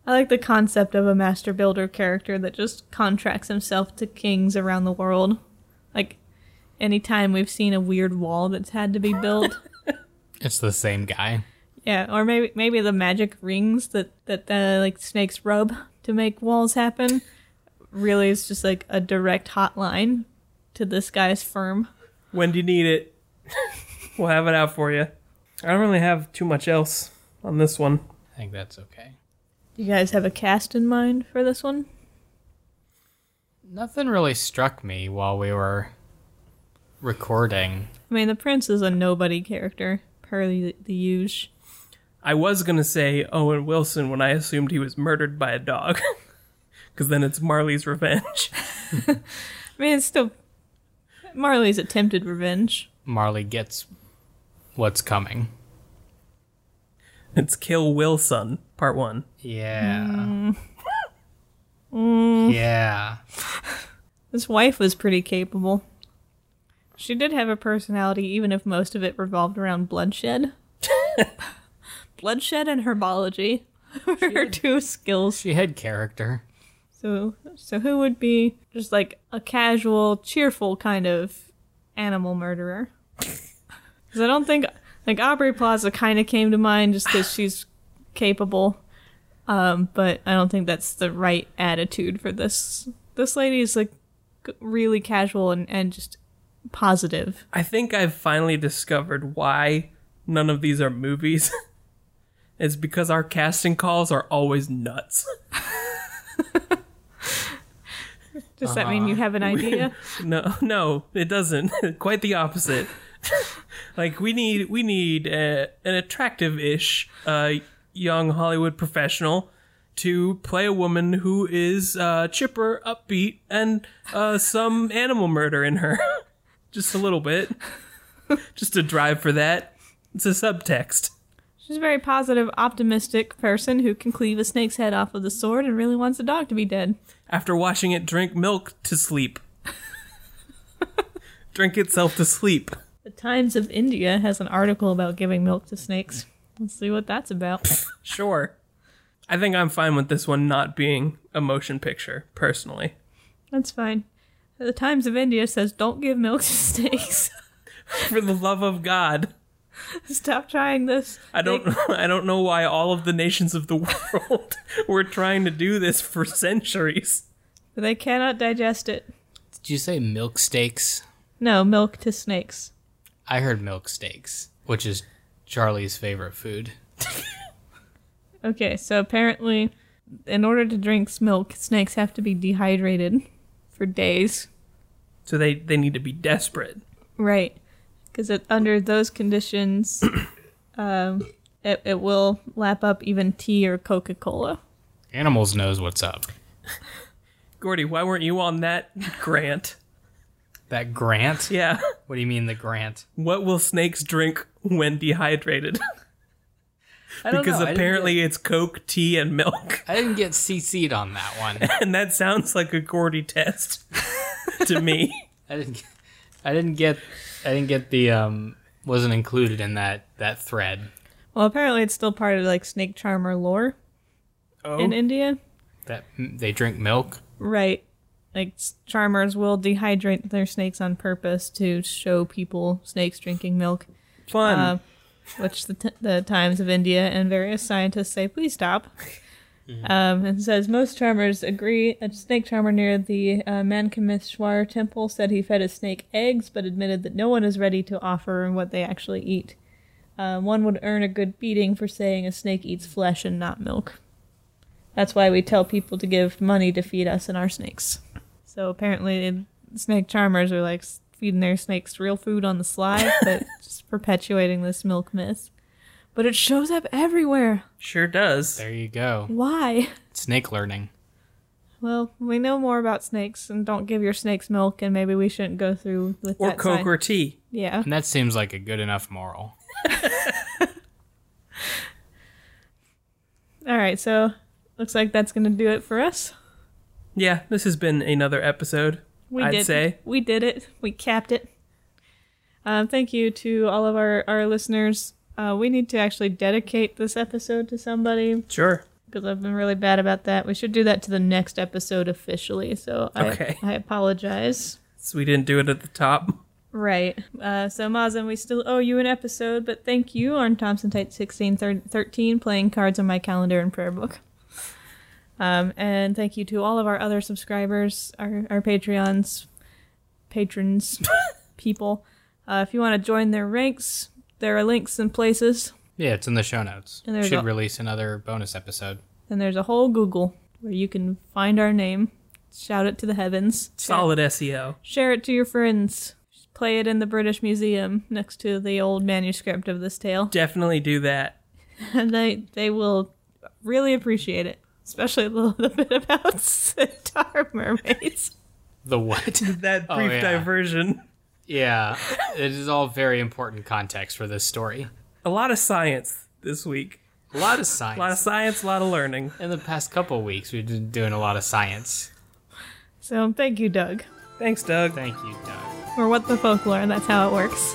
I like the concept of a master builder character that just contracts himself to kings around the world. Like anytime we've seen a weird wall that's had to be built. It's the same guy. yeah, or maybe maybe the magic rings that that uh, like snakes rub to make walls happen. Really is just like a direct hotline to this guy's firm. When do you need it? (laughs) we'll have it out for you. I don't really have too much else on this one. I think that's okay. You guys have a cast in mind for this one? Nothing really struck me while we were recording. I mean, the prince is a nobody character per the, the huge. I was gonna say Owen Wilson when I assumed he was murdered by a dog, (laughs) because then it's Marley's revenge. (laughs) I mean, it's still Marley's attempted revenge. Marley gets what's coming. It's Kill Wilson, part one. Yeah. Mm. Yeah. His wife was pretty capable. She did have a personality, even if most of it revolved around bloodshed. bloodshed and herbology were her two skills. She had character. So, so who would be just like a casual, cheerful kind of animal murderer? Because I don't think like Aubrey Plaza kind of came to mind just because she's capable, um, but I don't think that's the right attitude for this. This lady is like g- really casual and and just positive. I think I've finally discovered why none of these are movies. (laughs) it's because our casting calls are always nuts. (laughs) Does that mean you have an idea? No, no, it doesn't. (laughs) Quite the opposite. (laughs) like we need we need uh an attractive-ish uh, young Hollywood professional to play a woman who is uh, chipper, upbeat, and uh, some animal murder in her. (laughs) Just a little bit. (laughs) Just a drive for that. It's a subtext. She's a very positive, optimistic person who can cleave a snake's head off with a sword and really wants the dog to be dead. After watching it drink milk to sleep. (laughs) drink itself to sleep. The Times of India has an article about giving milk to snakes. Let's see what that's about. Sure. I think I'm fine with this one not being a motion picture, personally. (laughs) That's fine. The Times of India says don't give milk to (laughs) snakes. For the love of God. Stop trying this. I don't (laughs) I don't know why all of the nations of the (laughs) world were trying to do this for centuries. They, they cannot digest it. Did you say milk steaks? No, milk to snakes. I heard milk steaks, which is Charlie's favorite food. Okay, so apparently, in order to drink milk, snakes have to be dehydrated for days. So they, they need to be desperate. Right. Because under those conditions, (coughs) um, it, it will lap up even tea or Coca Cola. Animals knows what's up. Gordy, why weren't you on that grant? (laughs) That Grant? Yeah. What do you mean the Grant? What will snakes drink when dehydrated? (laughs) Because apparently it's Coke, tea, and milk. I didn't get CC'd on that (laughs) one. And that sounds like a Gordy test (laughs) to me. I didn't. Get, I didn't get. I didn't get the. Um, wasn't included in that that thread. Well, apparently it's still part of like snake charmer lore Oh. in India. That they drink milk. Right. Like s- charmers will dehydrate their snakes on purpose to show people snakes drinking milk, Fun. uh, which the, t- the Times of India and various scientists say, please stop. Um, and it says most charmers agree. A snake charmer near the uh, Mankameshwar temple said he fed his snake eggs, but admitted that no one is ready to offer what they actually eat. Uh, one would earn a good beating for saying a snake eats flesh and not milk. That's why we tell people to give money to feed us and our snakes. So apparently, snake charmers are like s- feeding their snakes real food on (laughs) the sly, but just perpetuating this milk myth. But it shows up everywhere. sure does. There you go. Why? Snake learning. Well, we know more about snakes, and don't give your snakes milk, and maybe we shouldn't go through with Or that. Coke sci- or tea. yeah. And that seems like a good enough moral. All right, so looks like that's gonna do it for us. Yeah, this has been another episode. We I'd did. say. we did it. We capped it. Um, thank you to all of our our listeners. Uh, we need to actually dedicate this episode to somebody Sure. because I've been really bad about that. We should do that to the next episode officially. So I, Okay. I apologize. So we didn't do it at the top. Right. Uh, so Mazen, we still owe you an episode, but thank you, Arn Thompson Tight sixteen thir- thirteen, playing cards on my calendar and prayer book. Um, and thank you to all of our other subscribers, our, our Patreons, patrons, people. Uh, if you want to join their ranks, there are links and places. Yeah, it's in the show notes. And there's Should a- release another bonus episode. And there's a whole Google where you can find our name, shout it to the heavens, Solid E SEO. share it to your friends, play it in the British Museum next to the old manuscript of this tale. (laughs) Definitely do that. and they they will really appreciate it, especially the (laughs) little bit about centaur mermaids. The what? (laughs) That Oh, brief yeah. diversion. yeah, it is all very important context for this story. A lot of science this week. A lot (laughs) A lot of of science. science, a lot of learning. in the past couple weeks, we've been doing a lot of science. So thank you, Doug, Thanks, Doug. Thank you, Doug. for what the folklore. That's how it works.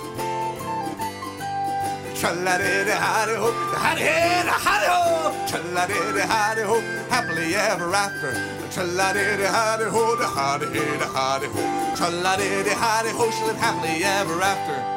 Tra-la-di-di-hi-di-ho, hi-di-hi-di-hi-di-ho. Tra-la-di-di-hi-di-ho, happily ever after. Tra-la-di-di-hi-di-ho, da-hi-di-hi-di-hi-di-ho. Tra-la-di-di-hi-di-ho, she lived happily ever after.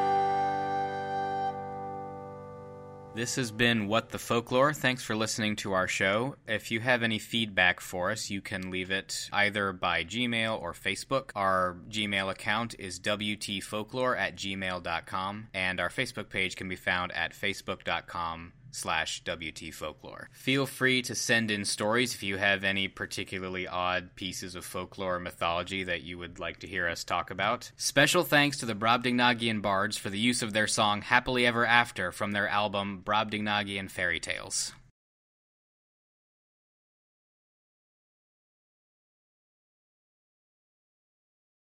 This has been What the Folklore. Thanks for listening to our show. If you have any feedback for us, you can leave it either by Gmail or Facebook. Our Gmail account is wtfolklore at gmail.com, and our Facebook page can be found at facebook.com slash wtfolklore. Feel free to send in stories if you have any particularly odd pieces of folklore or mythology that you would like to hear us talk about. Special thanks to the Brobdingnagian bards for the use of their song Happily Ever After from their album Brobdingnagian Fairy Tales.